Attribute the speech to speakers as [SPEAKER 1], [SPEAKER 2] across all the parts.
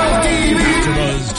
[SPEAKER 1] AfterBuzz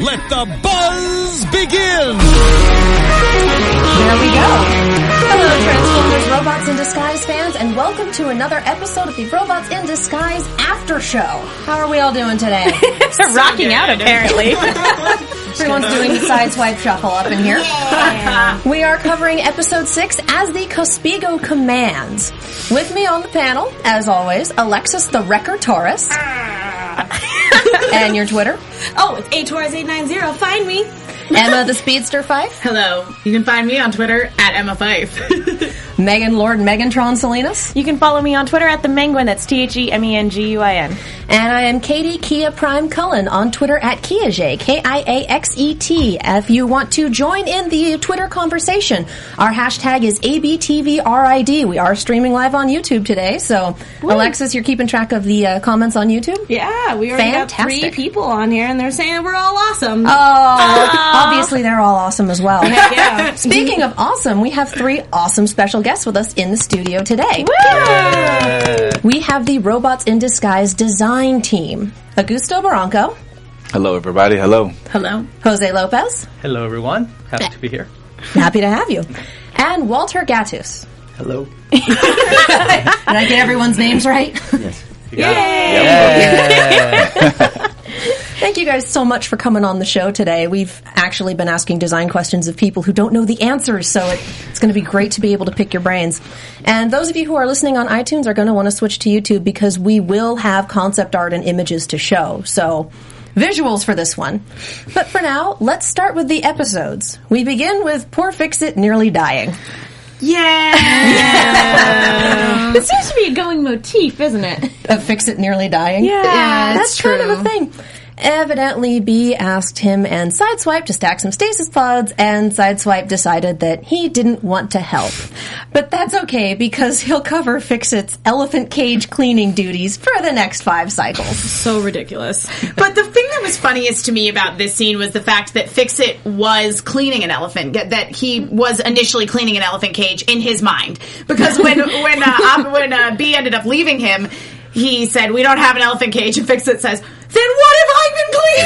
[SPEAKER 1] let the buzz begin!
[SPEAKER 2] There we go. Hello, Transformers Robots in Disguise fans, and welcome to another episode of the Robots in Disguise After Show. How are we all doing today?
[SPEAKER 3] They're rocking out apparently.
[SPEAKER 2] Everyone's doing the sideswipe shuffle up in here. We are covering episode six as the Cospigo commands. With me on the panel, as always, Alexis the Wrecker Taurus. and your Twitter,
[SPEAKER 4] Oh, it's ATORS890. Find me.
[SPEAKER 2] Emma the Speedster Fife,
[SPEAKER 4] Hello. You can find me on Twitter at Emma Fife.
[SPEAKER 2] Megan Lord Megantron Salinas,
[SPEAKER 3] you can follow me on Twitter at the Menguin. That's T H E M E N G U I N.
[SPEAKER 2] And I am Katie Kia Prime Cullen on Twitter at Kiaxet, K-I-A-X-E-T. If E you want to join in the Twitter conversation, our hashtag is ABTVRID. We are streaming live on YouTube today, so Alexis, you're keeping track of the uh, comments on YouTube?
[SPEAKER 4] yeah, we already got three
[SPEAKER 2] Fantastic.
[SPEAKER 4] people on here, and they're saying we're all awesome.
[SPEAKER 2] Oh, obviously they're all awesome as well.
[SPEAKER 4] yeah.
[SPEAKER 2] Speaking of awesome, we have three awesome special guests with us in the studio today. We have the Robots in Disguise design team. Augusto Barranco,
[SPEAKER 5] Hello, everybody. Hello.
[SPEAKER 4] Hello.
[SPEAKER 2] Jose Lopez,
[SPEAKER 6] Hello, everyone. Happy to be here.
[SPEAKER 2] Happy to have you. And Walter Gattus.
[SPEAKER 6] Hello.
[SPEAKER 2] Did I get everyone's names right? Thank you guys so much for coming on the show today. We've actually been asking design questions of people who don't know the answers, so it, it's going to be great to be able to pick your brains. And those of you who are listening on iTunes are going to want to switch to YouTube because we will have concept art and images to show. So, visuals for this one. But for now, let's start with the episodes. We begin with Poor Fix It Nearly Dying.
[SPEAKER 4] Yeah. this seems to be a going motif, isn't it?
[SPEAKER 2] of fix it nearly dying. Yeah, that's kind of a thing. Evidently, B asked him and Sideswipe to stack some stasis pods, and Sideswipe decided that he didn't want to help. But that's okay because he'll cover Fixit's elephant cage cleaning duties for the next five cycles.
[SPEAKER 4] So ridiculous.
[SPEAKER 7] But the thing that was funniest to me about this scene was the fact that Fixit was cleaning an elephant. That that he was initially cleaning an elephant cage in his mind because when when uh, Ab- when uh, B ended up leaving him, he said, "We don't have an elephant cage." And Fixit says, "Then what have I been cleaning?"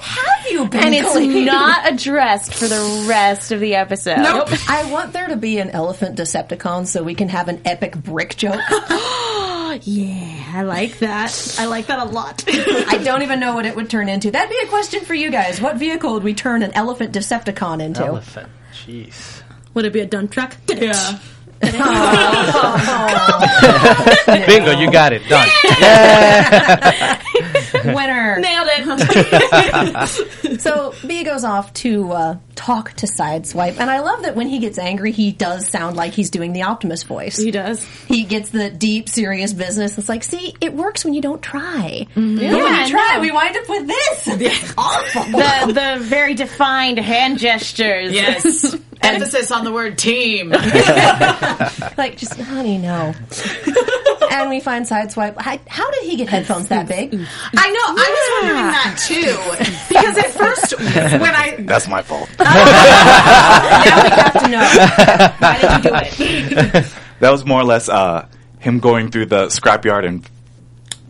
[SPEAKER 2] Have you been?
[SPEAKER 3] And it's not addressed for the rest of the episode. Nope.
[SPEAKER 2] I want there to be an elephant Decepticon so we can have an epic brick joke.
[SPEAKER 4] Yeah, I like that. I like that a lot.
[SPEAKER 2] I don't even know what it would turn into. That'd be a question for you guys. What vehicle would we turn an elephant Decepticon into?
[SPEAKER 6] Elephant. Jeez.
[SPEAKER 4] Would it be a dump truck? Yeah.
[SPEAKER 6] Bingo, you got it. Done.
[SPEAKER 2] Winner.
[SPEAKER 4] Nailed it.
[SPEAKER 2] So B goes off to uh, talk to Sideswipe, and I love that when he gets angry, he does sound like he's doing the Optimus voice.
[SPEAKER 4] he does.
[SPEAKER 2] He gets the deep, serious business. It's like, see, it works when you don't try.
[SPEAKER 6] Mm-hmm.
[SPEAKER 2] But when you try, we wind up with this. Awful.
[SPEAKER 3] The, the very defined hand gestures.
[SPEAKER 7] yes. Emphasis on the word team.
[SPEAKER 2] like, just honey, no. and we find Sideswipe. How, how did he get headphones that big?
[SPEAKER 7] I know. I was wondering that too because at first when I
[SPEAKER 5] That's my fault.
[SPEAKER 2] have to know.
[SPEAKER 5] That was more or less uh, him going through the scrapyard and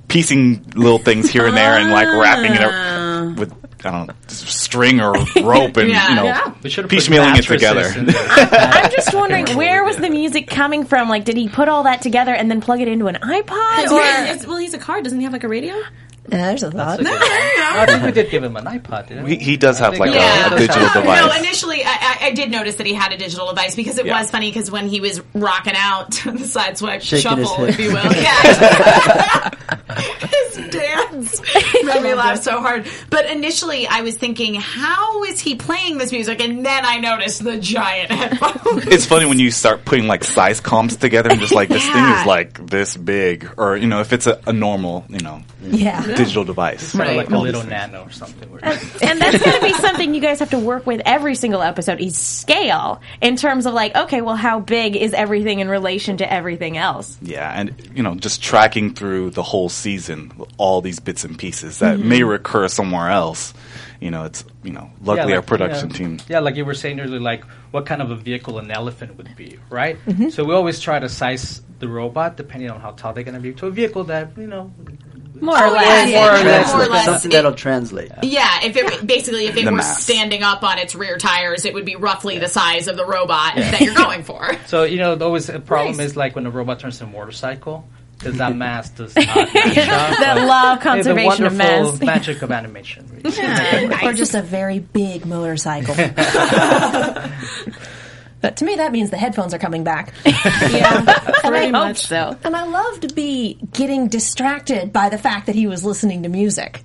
[SPEAKER 5] piecing little things here and there and like wrapping it
[SPEAKER 7] Ah.
[SPEAKER 5] up with I don't know string or rope and you know
[SPEAKER 6] We should have put
[SPEAKER 5] piecemealing it
[SPEAKER 6] mattresses
[SPEAKER 5] together.
[SPEAKER 6] in there.
[SPEAKER 3] I'm just wondering where was the music coming from? Like, did he put all that together and then plug it into an iPod? Or
[SPEAKER 4] well, he's a car. Doesn't he have like a radio?
[SPEAKER 2] there's a thought.
[SPEAKER 6] That's a good one. I think we did give him an iPod, didn't we?
[SPEAKER 5] He, he does have like
[SPEAKER 7] Yeah.
[SPEAKER 5] a, a digital
[SPEAKER 6] Yeah.
[SPEAKER 7] No,
[SPEAKER 5] device.
[SPEAKER 7] initially I, I, I did notice that he had a digital device because it
[SPEAKER 5] Yeah.
[SPEAKER 7] was funny because when he was rocking out to the side swipe
[SPEAKER 8] Shaking his
[SPEAKER 7] shuffle,
[SPEAKER 8] head.
[SPEAKER 7] if you will, yeah, his dance made me laugh so hard. But initially, I was thinking, how is he playing this music? And then I noticed the giant headphones.
[SPEAKER 5] It's funny when you start putting like size comps together and just like this thing
[SPEAKER 7] Yeah.
[SPEAKER 5] is like this big, or you know, if it's a, a normal, you know,
[SPEAKER 2] Yeah.
[SPEAKER 5] digital device,
[SPEAKER 6] Or
[SPEAKER 7] Right.
[SPEAKER 6] like a little nano or something. where-
[SPEAKER 3] And that's going to be something you guys have to work with every single episode is scale in terms of like, okay, well, how big is everything in relation to everything else?
[SPEAKER 5] Yeah, and you know, just tracking through the whole season, all these bits and pieces that
[SPEAKER 6] Mm-hmm.
[SPEAKER 5] may recur somewhere else. You know, it's you know,
[SPEAKER 6] Yeah,
[SPEAKER 5] luckily
[SPEAKER 6] like-
[SPEAKER 5] our production
[SPEAKER 6] yeah.
[SPEAKER 5] team.
[SPEAKER 6] Yeah, like you were saying earlier, like what kind of a vehicle an elephant would be, right? So we always try to size the robot depending on how tall they're going to be to a vehicle that you know.
[SPEAKER 3] More
[SPEAKER 4] Oh,
[SPEAKER 3] or less.
[SPEAKER 7] yeah. More or less.
[SPEAKER 8] Translate. Something
[SPEAKER 7] it-
[SPEAKER 8] that'll translate.
[SPEAKER 7] yeah, if it basically if it
[SPEAKER 5] The
[SPEAKER 7] were
[SPEAKER 5] mass.
[SPEAKER 7] standing up on its rear tires, it would be roughly the size of the robot that you're going for.
[SPEAKER 6] So you know, always a problem
[SPEAKER 7] Nice.
[SPEAKER 6] is like when a robot turns into a motorcycle because that mass does not. that
[SPEAKER 3] That law of
[SPEAKER 6] the
[SPEAKER 3] conservation of
[SPEAKER 6] wonderful
[SPEAKER 3] mass.
[SPEAKER 6] magic of animation.
[SPEAKER 2] Or just a very big motorcycle. but to me, that means the headphones are coming back. and, I,
[SPEAKER 3] hope so.
[SPEAKER 2] and I love to be getting distracted by the fact that he was listening to music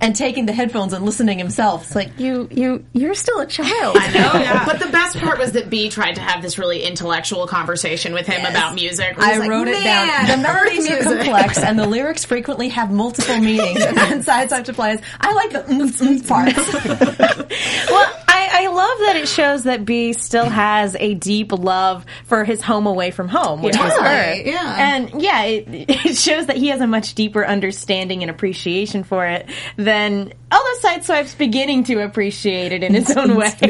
[SPEAKER 2] and taking the headphones and listening himself. It's like you, you, you're still a child.
[SPEAKER 7] No, But the best part was that B tried to have this really intellectual conversation with him about music.
[SPEAKER 2] I wrote it down. The melodies are complex, and the lyrics frequently have multiple meanings. and then side swipe to play is, I like the mm, mm parts.
[SPEAKER 3] well, I, I love that it shows that B still has a deep love for his home away from home, which is Earth.
[SPEAKER 7] Right, yeah.
[SPEAKER 3] And yeah, it, it shows that he has a much deeper understanding and appreciation for it than although Sideswipe's beginning to appreciate it in his own way.
[SPEAKER 9] I've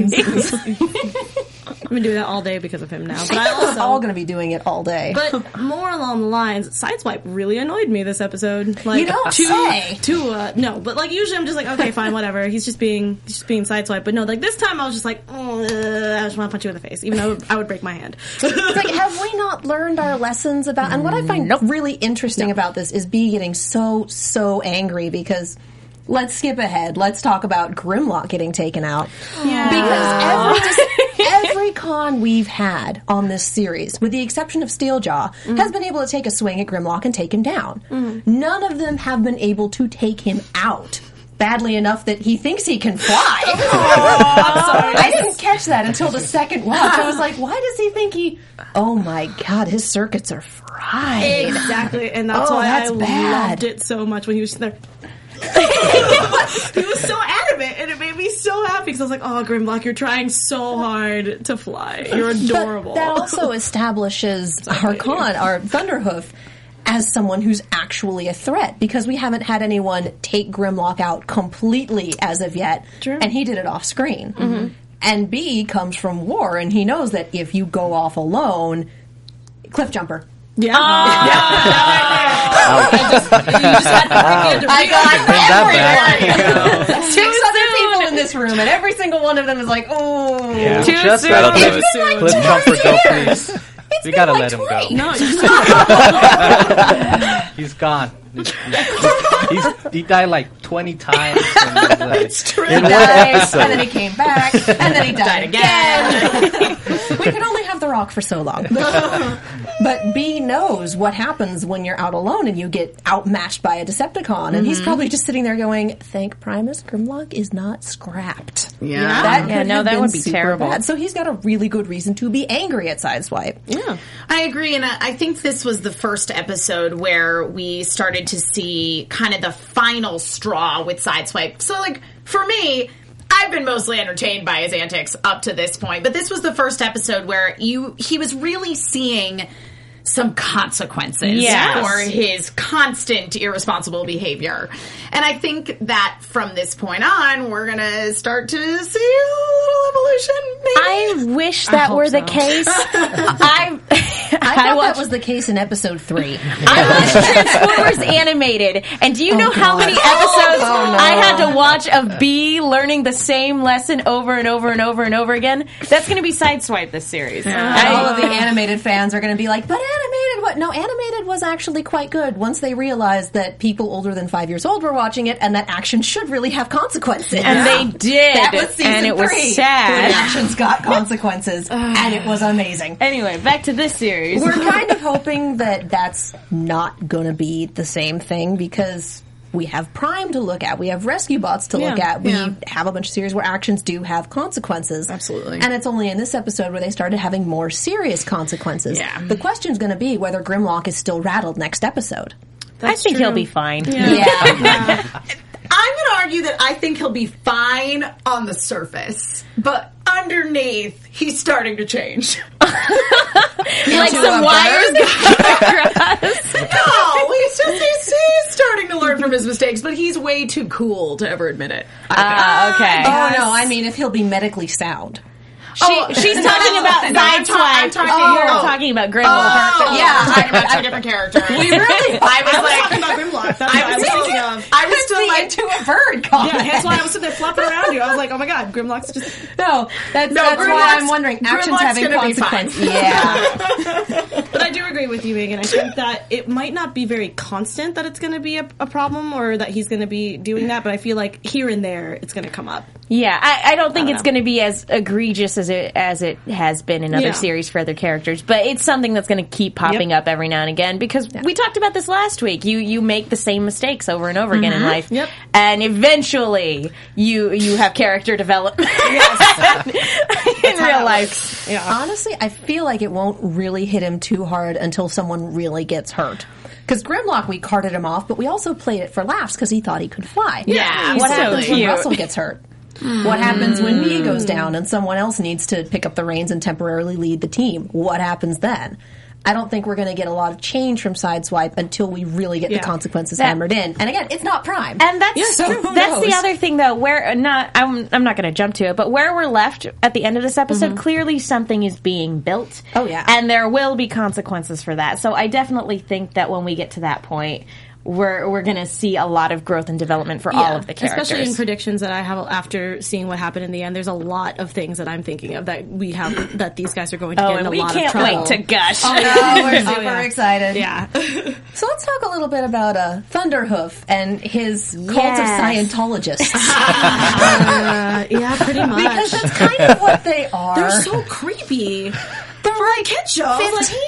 [SPEAKER 9] been doing that all day because of him now. But I also.
[SPEAKER 2] We're all going to be doing it all day.
[SPEAKER 9] but more along the lines, Sideswipe really annoyed me this episode. Like
[SPEAKER 2] You don't
[SPEAKER 9] to,
[SPEAKER 2] say.
[SPEAKER 9] to uh, no, but like usually I'm just like, okay, fine, whatever. He's just being he's just being sideswipe. But no, like this time I was just like, "Ugh, I just want to punch you in the face, even though I would break my hand.
[SPEAKER 2] It's like, have we not learned our lessons about? And what I find really interesting about this is B getting so so angry because. Let's skip ahead. Let's talk about Grimlock getting taken out. Because every, every con we've had on this series, with the exception of Steeljaw, has been able to take a swing at Grimlock and take him down. None of them have been able to take him out badly enough that he thinks he can fly. I didn't catch that until the second watch. I was like, why does he think he? Oh my god, his circuits are fried.
[SPEAKER 9] Exactly, and that's
[SPEAKER 2] Oh,
[SPEAKER 9] why
[SPEAKER 2] that's
[SPEAKER 9] I
[SPEAKER 2] bad.
[SPEAKER 9] loved it so much when he was just there. he was so adamant, and it made me so happy because I was like, "Oh, Grimlock, you're trying so hard to fly. You're adorable."
[SPEAKER 2] But that also establishes our con, our Thunderhoof, as someone who's actually a threat because we haven't had anyone take Grimlock out completely as of yet, and he did it off screen. And B comes from war, and he knows that if you go off alone, cliff jumper.
[SPEAKER 9] yeah.
[SPEAKER 2] I got
[SPEAKER 6] that
[SPEAKER 2] everyone. Six other people in this room, and every single one of them is like, "Oh,
[SPEAKER 6] Yeah.
[SPEAKER 3] Too
[SPEAKER 6] Just
[SPEAKER 3] soon.
[SPEAKER 5] That'll do
[SPEAKER 6] let
[SPEAKER 5] it.
[SPEAKER 6] him- Let Trumper go, please. we gotta
[SPEAKER 2] like
[SPEAKER 6] let him go.
[SPEAKER 2] 20.
[SPEAKER 9] No, you
[SPEAKER 6] He's gone. He's, he's- he died like 20 times. and, uh, like,
[SPEAKER 2] He died, and then he came back, and then he died, again. we can only have the rock for so long. but B knows what happens when you're out alone and you get outmatched by a Decepticon, and
[SPEAKER 3] Mm-hmm.
[SPEAKER 2] he's probably just sitting there going, "Thank Primus, Grimlock is not scrapped." Yeah, that
[SPEAKER 3] Yeah,
[SPEAKER 2] could
[SPEAKER 3] no,
[SPEAKER 2] have
[SPEAKER 3] that
[SPEAKER 2] been
[SPEAKER 3] would be
[SPEAKER 2] super
[SPEAKER 3] terrible.
[SPEAKER 2] bad. So he's got a really good reason to be angry at Sideswipe. Yeah,
[SPEAKER 7] I agree, and I I think this was the first episode where we started to see kind of the final straw with Sideswipe. So, like for me, I've been mostly entertained by his antics up to this point, but this was the first episode where you he was really seeing some consequences
[SPEAKER 3] Yes.
[SPEAKER 7] for his constant irresponsible behavior. And I think that from this point on, we're gonna start to see a little evolution. Maybe.
[SPEAKER 3] I wish that were the case. I
[SPEAKER 2] I
[SPEAKER 3] I,
[SPEAKER 2] thought
[SPEAKER 3] watched
[SPEAKER 2] that was the case in episode three.
[SPEAKER 3] I watched Uh, Transformers animated, and
[SPEAKER 7] Oh,
[SPEAKER 3] do you know how many episodes I had to watch of B learning the same lesson over and over and over and over again? That's going to be Sideswipe this series.
[SPEAKER 2] And all of the animated fans are going to be like, "But animated, what?" But no, animated was actually quite good once they realized that people older than five years old were watching it and that action should really have consequences.
[SPEAKER 3] And they did.
[SPEAKER 2] That was season
[SPEAKER 3] and it
[SPEAKER 2] three.
[SPEAKER 3] was
[SPEAKER 2] When
[SPEAKER 3] sad.
[SPEAKER 2] actions got consequences, and it was amazing.
[SPEAKER 4] Anyway, back to this series.
[SPEAKER 2] We're kind of hoping that that's not going to be the same thing because we have Prime to look at, we have Rescue Bots to look
[SPEAKER 9] Yeah,
[SPEAKER 2] at, we
[SPEAKER 9] yeah.
[SPEAKER 2] have a bunch of series where actions do have consequences.
[SPEAKER 9] Absolutely.
[SPEAKER 2] And it's only in this episode where they started having more serious consequences.
[SPEAKER 9] Yeah.
[SPEAKER 2] The question's going to be whether Grimlock is still rattled next episode.
[SPEAKER 3] I think he'll be fine.
[SPEAKER 2] Yeah.
[SPEAKER 7] I'm going to argue that I think he'll be fine on the surface, but underneath, he's starting to change.
[SPEAKER 3] Like some wires going across.
[SPEAKER 7] no, he's just he's, he's starting to learn from his mistakes, but he's way too cool to ever admit it. Uh,
[SPEAKER 3] Ah, okay.
[SPEAKER 2] oh no, I mean if he'll be medically sound.
[SPEAKER 3] She, she's talking about
[SPEAKER 7] Oh. No, I'm ta- I'm
[SPEAKER 3] sideswipe.
[SPEAKER 7] talking-
[SPEAKER 3] You're
[SPEAKER 7] oh.
[SPEAKER 3] talking about Grey
[SPEAKER 7] Oh, yeah, I'm talking about two different characters. We really? I was like,
[SPEAKER 9] talking about Grimlock. That's
[SPEAKER 7] I
[SPEAKER 9] what I
[SPEAKER 7] was
[SPEAKER 9] was
[SPEAKER 7] thinking,
[SPEAKER 9] thinking of.
[SPEAKER 7] I was still like,
[SPEAKER 2] Into a bird comment.
[SPEAKER 9] Yeah, that's why I was sitting there flopping around you. I was like, oh my god, Grimlock's just.
[SPEAKER 2] No, that's,
[SPEAKER 7] No,
[SPEAKER 2] that's why
[SPEAKER 7] Grimlock's-
[SPEAKER 2] I'm wondering. Actions
[SPEAKER 7] Grimlock's
[SPEAKER 2] having
[SPEAKER 7] gonna be fine.
[SPEAKER 2] consequences. Yeah.
[SPEAKER 9] But I do agree with you, Megan. I think that it might not be very constant that it's going to be a, a problem or that he's going to be doing that. But I feel like here and there, it's going to come up.
[SPEAKER 3] Yeah, I, I don't think it's going to be as egregious as it as it has been in other
[SPEAKER 9] Yeah.
[SPEAKER 3] series for other characters, but it's something that's going to keep popping
[SPEAKER 9] Yep.
[SPEAKER 3] up every now and again because we talked about this last week. You you make the same mistakes over and over again
[SPEAKER 2] Mm-hmm.
[SPEAKER 3] in life,
[SPEAKER 9] Yep.
[SPEAKER 3] and eventually you you have character development in real life.
[SPEAKER 2] Honestly, I feel like it won't really hit him too hard until someone really gets hurt. Because Grimlock, we carted him off, but we also played it for laughs because he thought he could fly.
[SPEAKER 7] Yeah,
[SPEAKER 2] What
[SPEAKER 7] so
[SPEAKER 2] happens when
[SPEAKER 3] cute.
[SPEAKER 2] Russell gets hurt? What happens when me goes down and someone else needs to pick up the reins and temporarily lead the team? What happens then? I don't think we're going to get a lot of change from Sideswipe until we really get
[SPEAKER 9] Yeah.
[SPEAKER 2] the consequences hammered in. And again, it's not Prime.
[SPEAKER 3] And that's
[SPEAKER 2] so who
[SPEAKER 3] that's the
[SPEAKER 2] knows?
[SPEAKER 3] other thing though. Where uh, not I'm I'm not going to jump to it, but where we're left at the end of this episode, clearly something is being built.
[SPEAKER 2] Oh, yeah.
[SPEAKER 3] and there will be consequences for that. So I definitely think that when we get to that point. We're, we're gonna see a lot of growth and development for all of the characters.
[SPEAKER 9] Especially in predictions that I have after seeing what happened in the end, there's a lot of things that I'm thinking of that we have that these guys are going to
[SPEAKER 3] oh,
[SPEAKER 9] get in
[SPEAKER 3] and
[SPEAKER 9] a
[SPEAKER 3] we
[SPEAKER 9] lot
[SPEAKER 3] can't
[SPEAKER 9] of trouble.
[SPEAKER 3] wait to gush.
[SPEAKER 2] Oh, we're super excited.
[SPEAKER 9] yeah,
[SPEAKER 2] So let's talk a little bit about uh, Thunderhoof and his
[SPEAKER 3] Yes.
[SPEAKER 2] cult of Scientologists.
[SPEAKER 9] Uh, yeah, pretty much.
[SPEAKER 2] because that's kind of what they are.
[SPEAKER 9] They're so creepy.
[SPEAKER 2] They're like
[SPEAKER 9] kid show.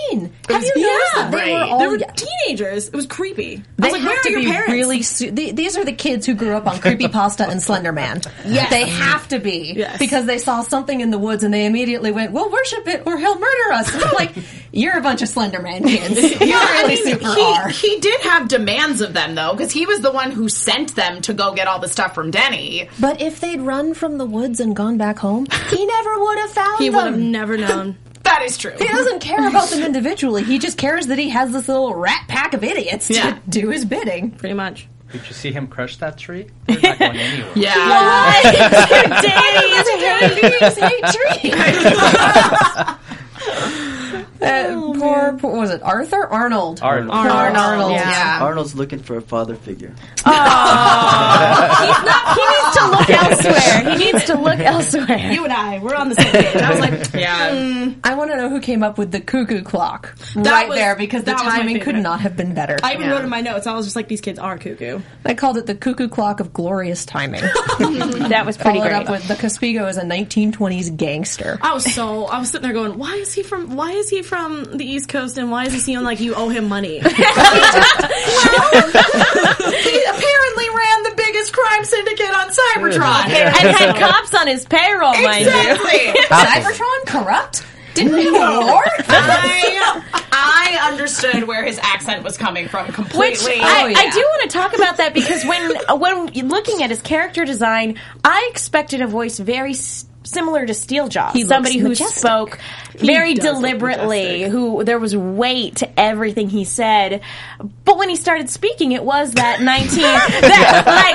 [SPEAKER 2] 15. Have you
[SPEAKER 9] Yeah,
[SPEAKER 2] noticed that they were
[SPEAKER 7] right.
[SPEAKER 2] all
[SPEAKER 9] They were
[SPEAKER 2] young?
[SPEAKER 9] teenagers. It was creepy.
[SPEAKER 2] They
[SPEAKER 9] I was like,
[SPEAKER 2] have
[SPEAKER 9] where
[SPEAKER 2] to
[SPEAKER 9] are your
[SPEAKER 2] be
[SPEAKER 9] parents?
[SPEAKER 2] really. Su- the- these are the kids who grew up on Creepypasta and Slenderman. Yes. They have to be.
[SPEAKER 9] Yes.
[SPEAKER 2] Because they saw something in the woods and they immediately went, we'll worship it or he'll murder us. And I'm like, you're a bunch of Slenderman kids. You
[SPEAKER 7] I
[SPEAKER 2] really
[SPEAKER 7] mean,
[SPEAKER 2] super
[SPEAKER 7] he,
[SPEAKER 2] are.
[SPEAKER 7] he did have demands of them though, because he was the one who sent them to go get all the stuff from Denny.
[SPEAKER 2] But if they'd run from the woods and gone back home, he never would have found
[SPEAKER 9] He would have
[SPEAKER 2] them.
[SPEAKER 9] never known.
[SPEAKER 7] That is true.
[SPEAKER 2] He doesn't care about them individually. He just cares that he has this little rat pack of idiots
[SPEAKER 7] Yeah.
[SPEAKER 2] to do his bidding.
[SPEAKER 9] Pretty much.
[SPEAKER 6] Did you see him crush that tree? We're not going anywhere.
[SPEAKER 7] Yeah.
[SPEAKER 2] Uh, poor, poor, what was it Arthur Arnold?
[SPEAKER 8] Arnold.
[SPEAKER 2] Poor Arnold.
[SPEAKER 7] Yeah.
[SPEAKER 8] Arnold's looking for a father figure.
[SPEAKER 3] look elsewhere. He needs to look elsewhere.
[SPEAKER 9] You and I, we're on the same page. I was like,
[SPEAKER 7] Yeah.
[SPEAKER 2] I want to know who came up with the cuckoo clock
[SPEAKER 9] That
[SPEAKER 2] right
[SPEAKER 9] was-
[SPEAKER 2] there because the
[SPEAKER 9] that was my
[SPEAKER 2] timing could
[SPEAKER 9] favorite.
[SPEAKER 2] not have been better.
[SPEAKER 9] I even wrote in my notes. I was just like, these kids are cuckoo.
[SPEAKER 2] I called it the cuckoo clock of glorious timing.
[SPEAKER 3] That was pretty
[SPEAKER 2] Followed
[SPEAKER 3] great.
[SPEAKER 2] up with the Caspigo is a 1920s gangster.
[SPEAKER 9] I was so I was sitting there going, why is he from? Why is he from the East Coast? And why is he seeming like you owe him money?
[SPEAKER 7] he apparently ran the biggest crime syndicate on Cybertron.
[SPEAKER 3] and had cops on his payroll, mind you.
[SPEAKER 7] exactly.
[SPEAKER 2] Cybertron corrupt? Didn't we have a war?
[SPEAKER 7] I, I understood where his accent was coming from
[SPEAKER 3] Which
[SPEAKER 7] completely.
[SPEAKER 3] I,
[SPEAKER 7] Oh, yeah.
[SPEAKER 3] I do want to talk about that because when when looking at his character design, I expected a voice very s- similar to Steel Jaw,
[SPEAKER 2] looks
[SPEAKER 3] somebody who
[SPEAKER 2] majestic.
[SPEAKER 3] spoke very
[SPEAKER 9] does look
[SPEAKER 3] deliberately, who there was weight to everything he said. But when he started speaking, it was that nineteen, that like,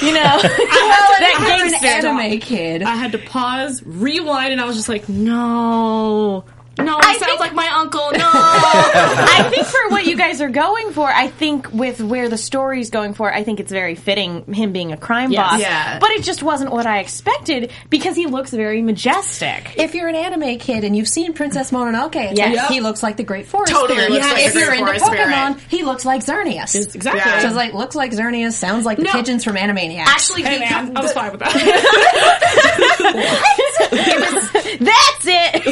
[SPEAKER 3] hey, what you know, that
[SPEAKER 2] An
[SPEAKER 3] gangster.
[SPEAKER 2] anime kid.
[SPEAKER 9] I had to pause, rewind, and I was just like, no.
[SPEAKER 4] No, he
[SPEAKER 3] I
[SPEAKER 4] sounds
[SPEAKER 3] think-
[SPEAKER 4] like my uncle. No.
[SPEAKER 3] I think for what you guys are going for, I think with where the story's going for, I think it's very fitting him being a crime
[SPEAKER 4] Yes.
[SPEAKER 3] boss.
[SPEAKER 7] Yeah.
[SPEAKER 3] But it just wasn't what I expected because he looks very majestic.
[SPEAKER 2] If you're an anime kid and you've seen Princess Mononoke, it's
[SPEAKER 3] Yes.
[SPEAKER 2] like, he looks like the Great Forest
[SPEAKER 7] Totally
[SPEAKER 2] Spirit.
[SPEAKER 7] looks like
[SPEAKER 2] if
[SPEAKER 7] the
[SPEAKER 2] you're
[SPEAKER 7] Great
[SPEAKER 2] into
[SPEAKER 7] Forest Spirit.
[SPEAKER 2] Pokemon, he looks like Xerneas.
[SPEAKER 9] Exactly.
[SPEAKER 7] Yeah.
[SPEAKER 2] So it's like looks like Xerneas, sounds like the pigeons from Animaniacs.
[SPEAKER 7] Actually,
[SPEAKER 9] Hey man, I was fine with that.
[SPEAKER 3] That's it.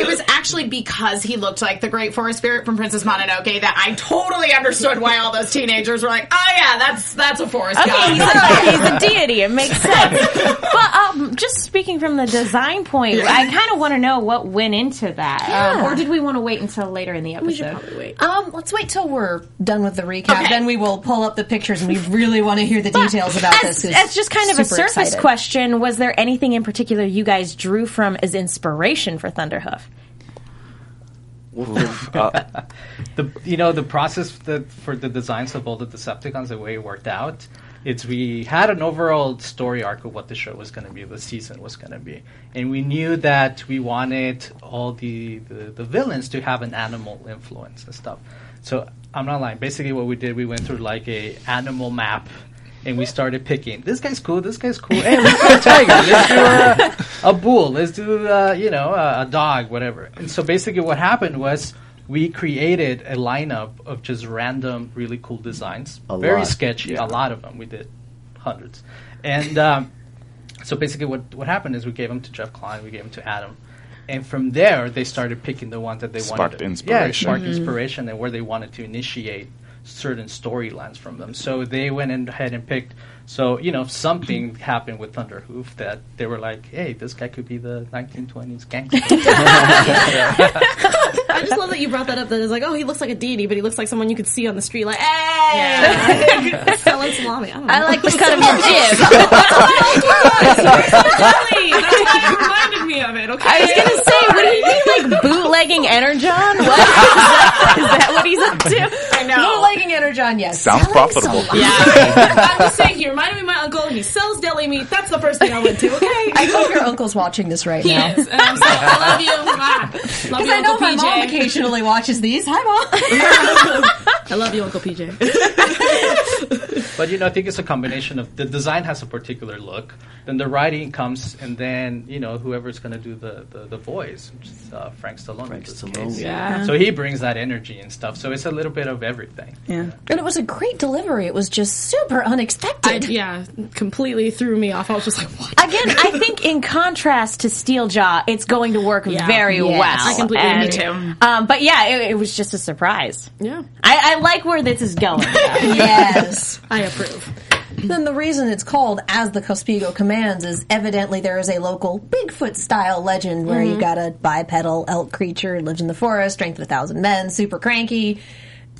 [SPEAKER 7] it was actually because he looked like the Great Forest Spirit from Princess Mononoke that I totally understood why all those teenagers were like, "Oh yeah, that's that's a forest
[SPEAKER 3] Okay,
[SPEAKER 7] god."
[SPEAKER 3] he's a, he's a deity. It makes sense. But um, just speaking from the design point, I kind of want to know what went into that, Um,
[SPEAKER 2] Yeah.
[SPEAKER 3] or did we want to wait until later in the episode?
[SPEAKER 2] Um, let's wait till we're done with the recap. Then we will pull up the pictures, and we really want to hear the details about
[SPEAKER 3] as,
[SPEAKER 2] this. It's
[SPEAKER 3] as just kind of a
[SPEAKER 2] super
[SPEAKER 3] surface
[SPEAKER 2] excited.
[SPEAKER 3] question, was there anything in particular you guys drew from as inspiration for Thunderhoof?
[SPEAKER 6] the you know the process that for the designs of all the Decepticons the way it worked out. It's we had an overall story arc of what the show was going to be, the season was going to be, and we knew that we wanted all the, the the villains to have an animal influence and stuff. So I'm not lying. Basically, what we did, we went through like a animal map. And we started picking. This guy's cool. This guy's cool. Hey, let's do a tiger. Let's do a, a bull. Let's do uh, you know a, a dog, whatever. And so basically, what happened was we created a lineup of just random, really cool designs.
[SPEAKER 8] A
[SPEAKER 6] Very
[SPEAKER 8] lot.
[SPEAKER 6] sketchy, a lot of them. We did hundreds, and um, so basically, what what happened is we gave them to Jeff Klein, we gave them to Adam, and from there they started picking the ones that they
[SPEAKER 5] Sparked
[SPEAKER 6] wanted. Yeah, it
[SPEAKER 5] inspiration.
[SPEAKER 8] Mm-hmm.
[SPEAKER 6] sparked inspiration, and where they wanted to initiate certain storylines from them. So they went and- ahead and picked. So you know, something happened with Thunderhoof that they were like, "Hey, this guy could be the 1920s gangster."
[SPEAKER 9] I just love that you brought that up. That it's like, oh, he looks like a deity, but he looks like someone you could see on the street, like, hey, selling salami. I don't know.
[SPEAKER 3] I like the cut of your jib.
[SPEAKER 9] Please, that's why you reminded me of it. Okay.
[SPEAKER 3] I was gonna say, what do you mean, like bootlegging Energon? What is that, is that what he's up to?
[SPEAKER 7] I know.
[SPEAKER 2] Bootlegging Energon, yes.
[SPEAKER 5] Sounds
[SPEAKER 2] Selling
[SPEAKER 5] profitable.
[SPEAKER 2] salami.
[SPEAKER 9] I'm just saying, he reminded me of my uncle, and he sells deli meat. That's the first thing I went to. Okay.
[SPEAKER 2] I hope your uncle's watching this right now.
[SPEAKER 9] Yes, and I'm saying, I love you. Bye. Love
[SPEAKER 2] Because
[SPEAKER 9] you,
[SPEAKER 2] I know
[SPEAKER 9] Uncle
[SPEAKER 2] my
[SPEAKER 9] PJ.
[SPEAKER 2] mom occasionally watches these. Hi, mom.
[SPEAKER 9] I love you, Uncle PJ.
[SPEAKER 6] But you know, I think it's a combination of the design has a particular look, then the writing comes, and then you know whoever's going to do the, the the voice, which is uh, Frank Stallone.
[SPEAKER 8] Frank
[SPEAKER 6] in this
[SPEAKER 8] Stallone.
[SPEAKER 6] case.
[SPEAKER 8] Yeah.
[SPEAKER 6] So he brings that energy and stuff. So it's a little bit of everything.
[SPEAKER 7] Yeah.
[SPEAKER 2] and it was a great delivery. It was just super unexpected.
[SPEAKER 9] yeah, completely threw me off. I was just like, what?
[SPEAKER 3] Again, I think in contrast to Steeljaw, it's going to work very
[SPEAKER 2] Yes.
[SPEAKER 3] well.
[SPEAKER 2] I
[SPEAKER 9] completely
[SPEAKER 3] And,
[SPEAKER 9] agree.
[SPEAKER 3] Um, but yeah, it, it was just a surprise.
[SPEAKER 9] Yeah,
[SPEAKER 3] I, I like where this is going. though.
[SPEAKER 2] yes.
[SPEAKER 9] I approve.
[SPEAKER 2] then the reason it's called As the Cospigo Commands is evidently there is a local Bigfoot style legend where
[SPEAKER 3] Mm-hmm.
[SPEAKER 2] you got a bipedal elk creature, lives in the forest, strength of a thousand men, super cranky.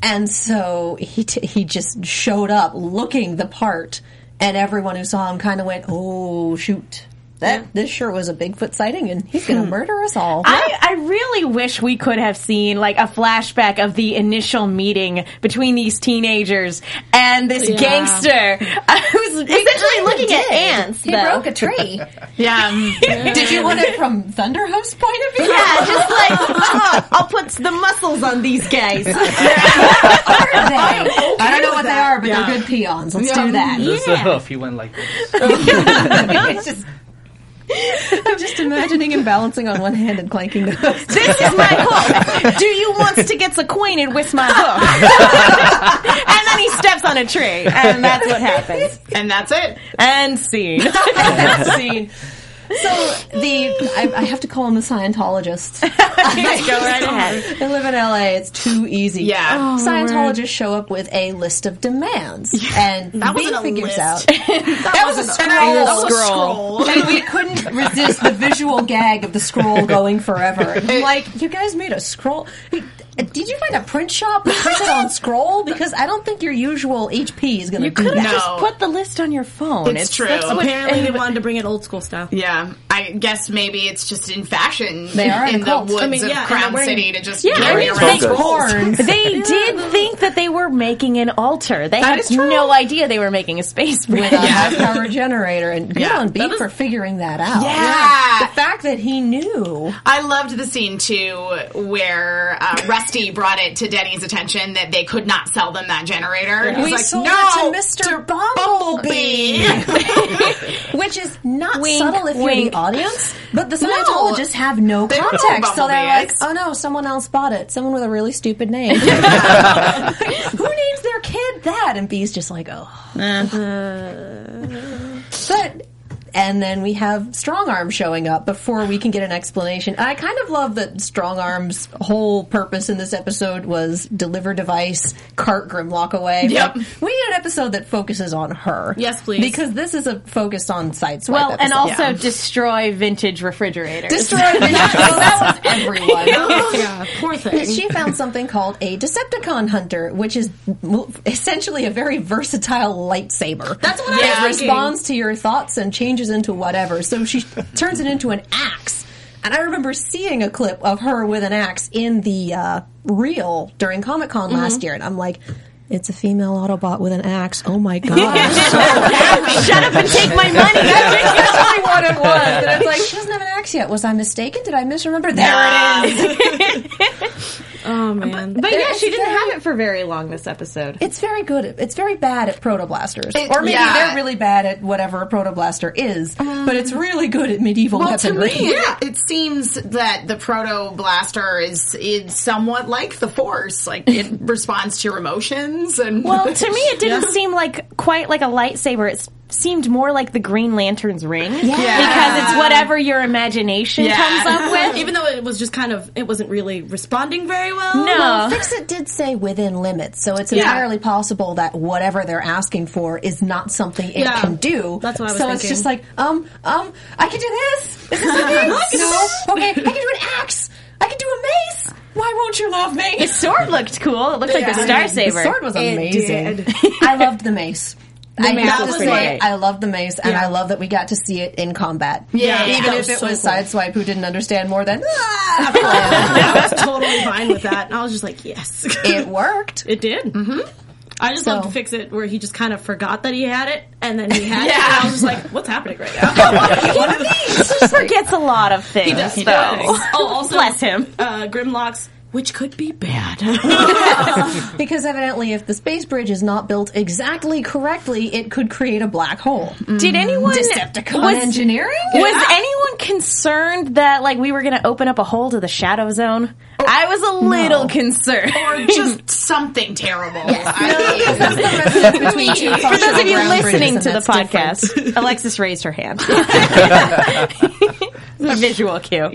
[SPEAKER 2] And so he, t- he just showed up looking the part, and everyone who saw him kind of went, oh, shoot. That, This sure was a Bigfoot sighting, and he's going to murder us all.
[SPEAKER 3] Hmm. I, I really wish we could have seen like a flashback of the initial meeting between these teenagers and this gangster who's essentially looking at ants.
[SPEAKER 2] he
[SPEAKER 3] though.
[SPEAKER 2] broke a tree.
[SPEAKER 7] Yeah.
[SPEAKER 2] Did you want it from Thunderhoof's point of view?
[SPEAKER 3] um, yeah, just like oh, I'll put the muscles on these guys.
[SPEAKER 2] I don't know what they are, but they're good peons. Let's do that.
[SPEAKER 6] There's the hoof. uh, He went like this.
[SPEAKER 2] I'm just imagining him balancing on one hand and clanking the hoof.
[SPEAKER 3] this is my hook. Do you want to get acquainted with my hook? and then he steps on a tree, and that's what happens.
[SPEAKER 7] and that's it.
[SPEAKER 3] And scene.
[SPEAKER 2] scene. So the I, I have to call them the Scientologists.
[SPEAKER 3] Go right ahead.
[SPEAKER 2] They live in LA. It's too easy.
[SPEAKER 7] Yeah.
[SPEAKER 2] Scientologists show up with a list of demands, and
[SPEAKER 7] That
[SPEAKER 2] B
[SPEAKER 7] wasn't a
[SPEAKER 2] figures
[SPEAKER 7] list.
[SPEAKER 2] out
[SPEAKER 7] That was a scroll. That was a scroll.
[SPEAKER 2] And we couldn't resist the visual gag of the scroll going forever. And I'm like, you guys made a scroll. Did you find a print shop that printed on scroll? Because I don't think your usual HP is going to
[SPEAKER 3] You
[SPEAKER 2] do
[SPEAKER 3] could
[SPEAKER 2] that.
[SPEAKER 3] have
[SPEAKER 7] No.
[SPEAKER 3] just put the list on your phone.
[SPEAKER 7] It's true.
[SPEAKER 3] that's what-
[SPEAKER 9] Apparently, they wanted to bring it old school style.
[SPEAKER 7] Yeah, I I guess maybe it's just in fashion
[SPEAKER 2] They are in
[SPEAKER 7] in
[SPEAKER 2] a
[SPEAKER 7] the
[SPEAKER 2] cult.
[SPEAKER 7] woods
[SPEAKER 2] I
[SPEAKER 9] mean,
[SPEAKER 7] of
[SPEAKER 9] yeah, and
[SPEAKER 7] Crown
[SPEAKER 9] they're wearing-
[SPEAKER 7] City to just
[SPEAKER 3] Yeah, I
[SPEAKER 7] carry
[SPEAKER 3] mean,
[SPEAKER 8] Wearing
[SPEAKER 7] around.
[SPEAKER 3] they,
[SPEAKER 8] togas.
[SPEAKER 2] horns.
[SPEAKER 3] they did think that they were making an altar. They had
[SPEAKER 7] is true.
[SPEAKER 3] no idea they were making a space bridge.
[SPEAKER 2] with a high power generator and good
[SPEAKER 7] Yeah.
[SPEAKER 2] on Beat for figuring that out.
[SPEAKER 7] Yeah.
[SPEAKER 2] The fact that he knew.
[SPEAKER 7] I loved the scene too where uh, Rusty brought it to Denny's attention that they could not sell them that generator. He's
[SPEAKER 2] We
[SPEAKER 7] like,
[SPEAKER 2] sold
[SPEAKER 7] no,
[SPEAKER 2] it to Mr. Bumblebee. Which is not
[SPEAKER 3] Wink,
[SPEAKER 2] subtle if you're
[SPEAKER 3] wink.
[SPEAKER 2] the audience, but the Scientologists have no
[SPEAKER 7] They don't know
[SPEAKER 2] context, so they're
[SPEAKER 7] Bumblebee
[SPEAKER 2] like,
[SPEAKER 7] is.
[SPEAKER 2] "Oh no, someone else bought it. Someone with a really stupid name. Who names their kid that?" And B's just like, "Oh." But and then we have Strong Arm showing up before we can get an explanation. I kind of love that Strong Arm's whole purpose in this episode was deliver device, cart Grimlock away.
[SPEAKER 7] Yep.
[SPEAKER 2] Like, we need an episode that focuses on her.
[SPEAKER 9] Yes, please.
[SPEAKER 2] Because this is a focused on sideswipe.
[SPEAKER 3] well, and
[SPEAKER 2] episode.
[SPEAKER 3] also destroy vintage refrigerators.
[SPEAKER 2] destroy. well, that was everyone.
[SPEAKER 9] yeah, poor thing.
[SPEAKER 2] She found something called a Decepticon Hunter, which is mo- essentially a very versatile lightsaber. That's what
[SPEAKER 7] I was
[SPEAKER 2] It
[SPEAKER 7] thinking.
[SPEAKER 2] responds to your thoughts and changes into whatever. So she turns it into an axe. And I remember seeing a clip of her with an axe in the uh, reel during Comic Con
[SPEAKER 7] Mm-hmm.
[SPEAKER 2] last year, and I'm like, it's a female Autobot with an axe. Oh my god!
[SPEAKER 3] Shut up and take my money.
[SPEAKER 2] That's really what it was. And I was like, she doesn't have an axe yet. Was I mistaken? Did I misremember? There it is.
[SPEAKER 9] oh man.
[SPEAKER 4] But yeah, she didn't have it for very long this episode.
[SPEAKER 2] It's very good. It's very bad at protoblasters,
[SPEAKER 7] It-
[SPEAKER 2] or maybe
[SPEAKER 7] yeah.
[SPEAKER 2] they're really bad at whatever a protoblaster is. but it's really good at medieval
[SPEAKER 7] Well, to
[SPEAKER 2] weaponry.
[SPEAKER 7] me, it, it seems that the proto blaster is, is somewhat like the Force. Like it responds to your emotions and
[SPEAKER 3] Well, to me, it didn't seem like quite like a lightsaber. It s- seemed more like the Green Lantern's ring because it's whatever your imagination
[SPEAKER 7] Yeah.
[SPEAKER 3] comes up with.
[SPEAKER 9] Even though it was just kind of, it wasn't really responding very well.
[SPEAKER 3] No.
[SPEAKER 2] Oh, Well, Fixit did say within limits, so it's entirely possible that whatever they're asking for is not something it
[SPEAKER 9] Yeah.
[SPEAKER 2] can do.
[SPEAKER 9] That's what I was
[SPEAKER 2] so it's
[SPEAKER 9] thinking.
[SPEAKER 2] just like, um, um, I can do this. Is this something? no, okay, I can do an axe. I can do a mace. Why won't you love me?
[SPEAKER 3] The sword looked cool. It looked like the Star Saber.
[SPEAKER 2] The sword was amazing. I loved the mace. I
[SPEAKER 9] mace
[SPEAKER 2] have to
[SPEAKER 9] was
[SPEAKER 2] say,
[SPEAKER 9] great.
[SPEAKER 2] I love the mace, and I love that we got to see it in combat. Yeah, even
[SPEAKER 9] that
[SPEAKER 2] if
[SPEAKER 9] was
[SPEAKER 2] it
[SPEAKER 9] so
[SPEAKER 2] was
[SPEAKER 9] cool.
[SPEAKER 2] Sideswipe who didn't understand more than "Ah!"
[SPEAKER 9] I was totally fine with that. And I was just like, yes.
[SPEAKER 2] it worked.
[SPEAKER 9] It did. Mm-hmm. I just love
[SPEAKER 2] So-
[SPEAKER 9] to fix it where he just kind of forgot that he had it, and then he had it, and I was just like, what's happening right now?
[SPEAKER 3] He forgets a lot of things, though.
[SPEAKER 9] oh, also,
[SPEAKER 3] Bless him.
[SPEAKER 2] Um,
[SPEAKER 9] Uh, Grimlock's, which could be bad.
[SPEAKER 2] Because evidently, if the space bridge is not built exactly correctly, it could create a black hole.
[SPEAKER 3] Did anyone
[SPEAKER 2] Decepticon
[SPEAKER 3] was-
[SPEAKER 2] engineering?
[SPEAKER 3] Was anyone concerned that like we were going to open up a hole to the shadow zone? I was a little concerned.
[SPEAKER 7] or just something terrible. I mean,
[SPEAKER 2] That's the difference between two
[SPEAKER 3] For those of
[SPEAKER 2] functional
[SPEAKER 3] you
[SPEAKER 2] ground bridges,
[SPEAKER 3] listening
[SPEAKER 2] and
[SPEAKER 3] to the
[SPEAKER 2] that's different.
[SPEAKER 3] podcast, Alexis raised her hand. A visual cue.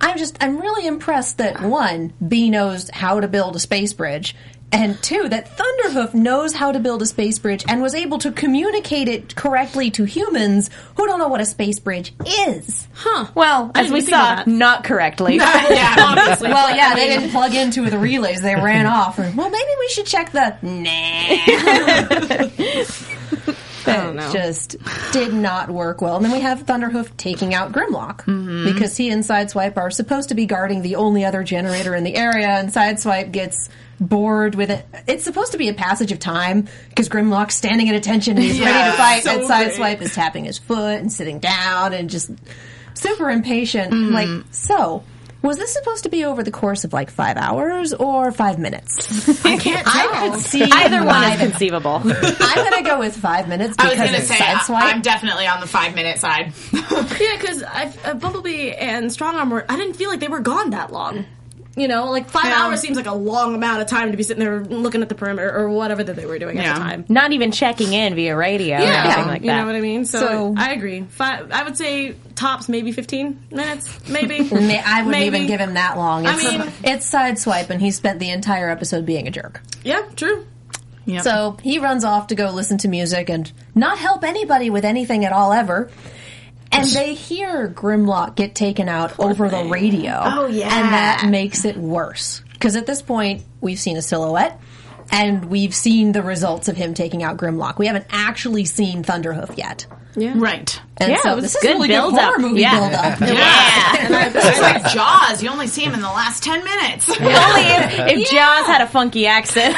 [SPEAKER 2] I'm just I'm really impressed that one, B knows how to build a space bridge, and two, that Thunderhoof knows how to build a space bridge and was able to communicate it correctly to humans who don't know what a space bridge is.
[SPEAKER 3] Well, as
[SPEAKER 9] didn't
[SPEAKER 3] we
[SPEAKER 9] think of
[SPEAKER 3] saw,
[SPEAKER 9] that.
[SPEAKER 3] not correctly.
[SPEAKER 7] yeah,
[SPEAKER 9] Obviously.
[SPEAKER 2] Well, yeah, they didn't plug into the relays; they ran off. And, well, maybe we should check the. Nah,
[SPEAKER 9] I don't know.
[SPEAKER 2] just did not work well. And then we have Thunderhoof taking out Grimlock because he and Sideswipe are supposed to be guarding the only other generator in the area, and Sideswipe gets bored with it. It's supposed to be a passage of time because Grimlock's standing at attention and he's ready to fight, and Sideswipe is tapping his foot and sitting down and just super impatient. Like, so. Was this supposed to be over the course of like five hours or five minutes? I can't. I could see
[SPEAKER 3] Either one
[SPEAKER 2] why
[SPEAKER 3] is conceivable.
[SPEAKER 2] the- I'm going to go with five minutes
[SPEAKER 7] I
[SPEAKER 2] because
[SPEAKER 7] was going to
[SPEAKER 2] it's
[SPEAKER 7] say I,
[SPEAKER 2] sideswipe.
[SPEAKER 7] I'm definitely on the five minute side.
[SPEAKER 9] Yeah, because uh, Bumblebee and Strongarm were. I didn't feel like they were gone that long. You know, like five
[SPEAKER 7] Yeah.
[SPEAKER 9] hours seems like a long amount of time to be sitting there looking at the perimeter or whatever that they were doing at
[SPEAKER 7] Yeah.
[SPEAKER 9] the time.
[SPEAKER 3] Not even checking in via radio or anything like
[SPEAKER 9] you
[SPEAKER 3] that.
[SPEAKER 9] know what I mean. So,
[SPEAKER 2] So-
[SPEAKER 9] I agree. Five, I would say tops maybe fifteen minutes, maybe.
[SPEAKER 2] Ma- I wouldn't
[SPEAKER 9] Maybe.
[SPEAKER 2] even give him that long.
[SPEAKER 9] I
[SPEAKER 2] It's,
[SPEAKER 9] mean-
[SPEAKER 2] it's sideswipe, and he spent the entire episode being a jerk.
[SPEAKER 9] Yeah, true.
[SPEAKER 2] So he runs off to go listen to music and not help anybody with anything at all ever. And they hear Grimlock get taken out over the radio. Oh yeah, and that makes it worse because at this point we've seen a silhouette. and we've seen the results of him taking out Grimlock. We haven't actually seen Thunderhoof yet.
[SPEAKER 7] Right.
[SPEAKER 2] And
[SPEAKER 3] Yeah,
[SPEAKER 2] so
[SPEAKER 3] it was
[SPEAKER 2] this
[SPEAKER 3] good
[SPEAKER 2] is really
[SPEAKER 3] build
[SPEAKER 2] good horror
[SPEAKER 3] up.
[SPEAKER 2] movie
[SPEAKER 3] Yeah.
[SPEAKER 2] build up.
[SPEAKER 7] Yeah. It's like Jaws. You only see him in the last 10 minutes.
[SPEAKER 3] Only if, if Jaws had a funky accent.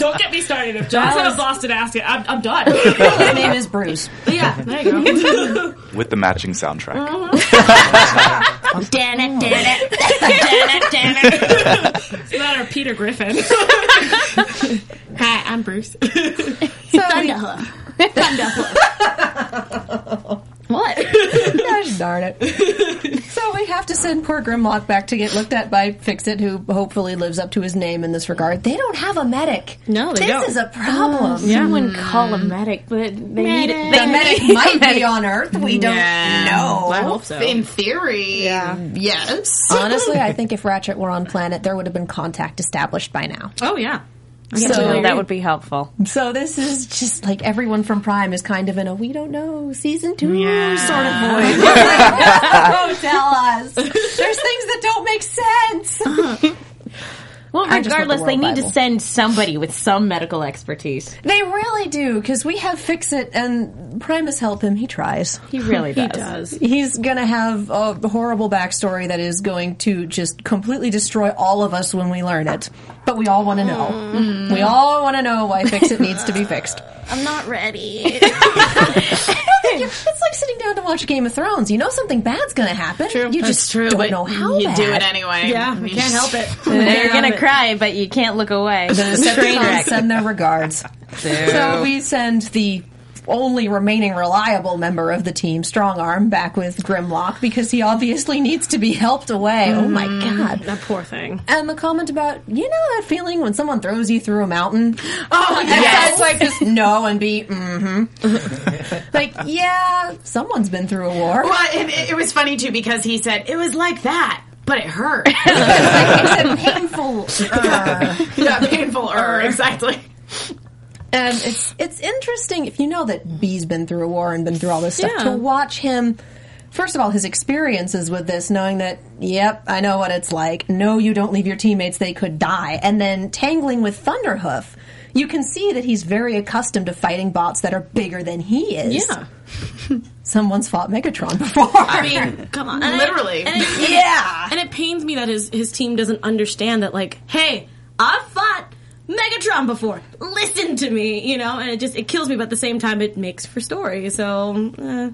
[SPEAKER 9] Don't get me started. If John's had a Boston accent, I'm, I'm done.
[SPEAKER 2] His name is Bruce.
[SPEAKER 9] yeah, there you go.
[SPEAKER 5] with the matching soundtrack.
[SPEAKER 9] Mm-hmm. It's not our Peter Griffin. Hi, I'm Bruce.
[SPEAKER 2] Gosh darn it. so we have to send poor Grimlock back to get looked at by Fixit, who hopefully lives up to his name in this regard. They don't have a medic.
[SPEAKER 9] No, they
[SPEAKER 2] this
[SPEAKER 9] don't.
[SPEAKER 2] is a problem.
[SPEAKER 9] Yeah.
[SPEAKER 3] I wouldn't call a medic, but they need it.
[SPEAKER 2] The medic might be on Earth. We don't know.
[SPEAKER 9] I hope Oh, so.
[SPEAKER 7] In theory, yes.
[SPEAKER 2] Honestly, I think if Ratchet were on planet, there would have been contact established by now.
[SPEAKER 9] Oh yeah.
[SPEAKER 2] So,
[SPEAKER 3] that would be helpful.
[SPEAKER 2] so this is just like everyone from Prime is kind of in a we don't know season two sort of voice. oh, tell us. There's things that don't make sense.
[SPEAKER 3] Well,
[SPEAKER 2] I just want the
[SPEAKER 3] regardless, they
[SPEAKER 2] world
[SPEAKER 3] need to
[SPEAKER 2] Bible.
[SPEAKER 3] send somebody with some medical expertise.
[SPEAKER 2] They really do because we have Fix It and Primus help him. He tries.
[SPEAKER 3] He really does.
[SPEAKER 2] He's gonna have a horrible backstory that is going to just completely destroy all of us when we learn it. But we all want to know. We all want to know why Fix It needs to be fixed.
[SPEAKER 3] I'm not ready.
[SPEAKER 2] It's like sitting down to watch Game of Thrones. You know something bad's going to happen. You just don't
[SPEAKER 7] but
[SPEAKER 2] know how
[SPEAKER 7] you
[SPEAKER 2] bad.
[SPEAKER 7] do it anyway.
[SPEAKER 9] Yeah,
[SPEAKER 7] You
[SPEAKER 9] we can't
[SPEAKER 7] just-
[SPEAKER 9] help it.
[SPEAKER 3] You're gonna cry, but you can't look away. Train
[SPEAKER 2] Decepticons
[SPEAKER 3] wreck.
[SPEAKER 2] send their regards. so we send the only remaining reliable member of the team, Strongarm, back with Grimlock because he obviously needs to be helped away. Oh my
[SPEAKER 7] Mm-hmm.
[SPEAKER 2] god.
[SPEAKER 9] That poor thing.
[SPEAKER 2] And the comment about, you know that feeling when someone throws you through a mountain?
[SPEAKER 7] Oh,
[SPEAKER 2] And
[SPEAKER 7] yes.
[SPEAKER 2] it's like just no and be, mm hmm. like, yeah, someone's been through a war.
[SPEAKER 7] Well, it, it- it was funny too because he said it was like that, but it hurt.
[SPEAKER 2] it's a painful.
[SPEAKER 7] yeah, painful. Er, exactly.
[SPEAKER 2] And Um, it's it's interesting if you know that B's been through a war and been through all this stuff
[SPEAKER 9] Yeah.
[SPEAKER 2] to watch him. First of all, his experiences with this, knowing that, yep, I know what it's like. No, you don't leave your teammates; they could die. And then tangling with Thunderhoof, you can see that he's very accustomed to fighting bots that are bigger than he is.
[SPEAKER 9] Yeah.
[SPEAKER 2] someone's fought Megatron before.
[SPEAKER 9] I mean, come on. And it-
[SPEAKER 7] Literally.
[SPEAKER 9] and it-
[SPEAKER 2] yeah,
[SPEAKER 9] And it pains me that his his team doesn't understand that, like, hey, I've fought Megatron before. Listen to me, you know. And it just it kills me, but at the same time, it makes for story. So uh,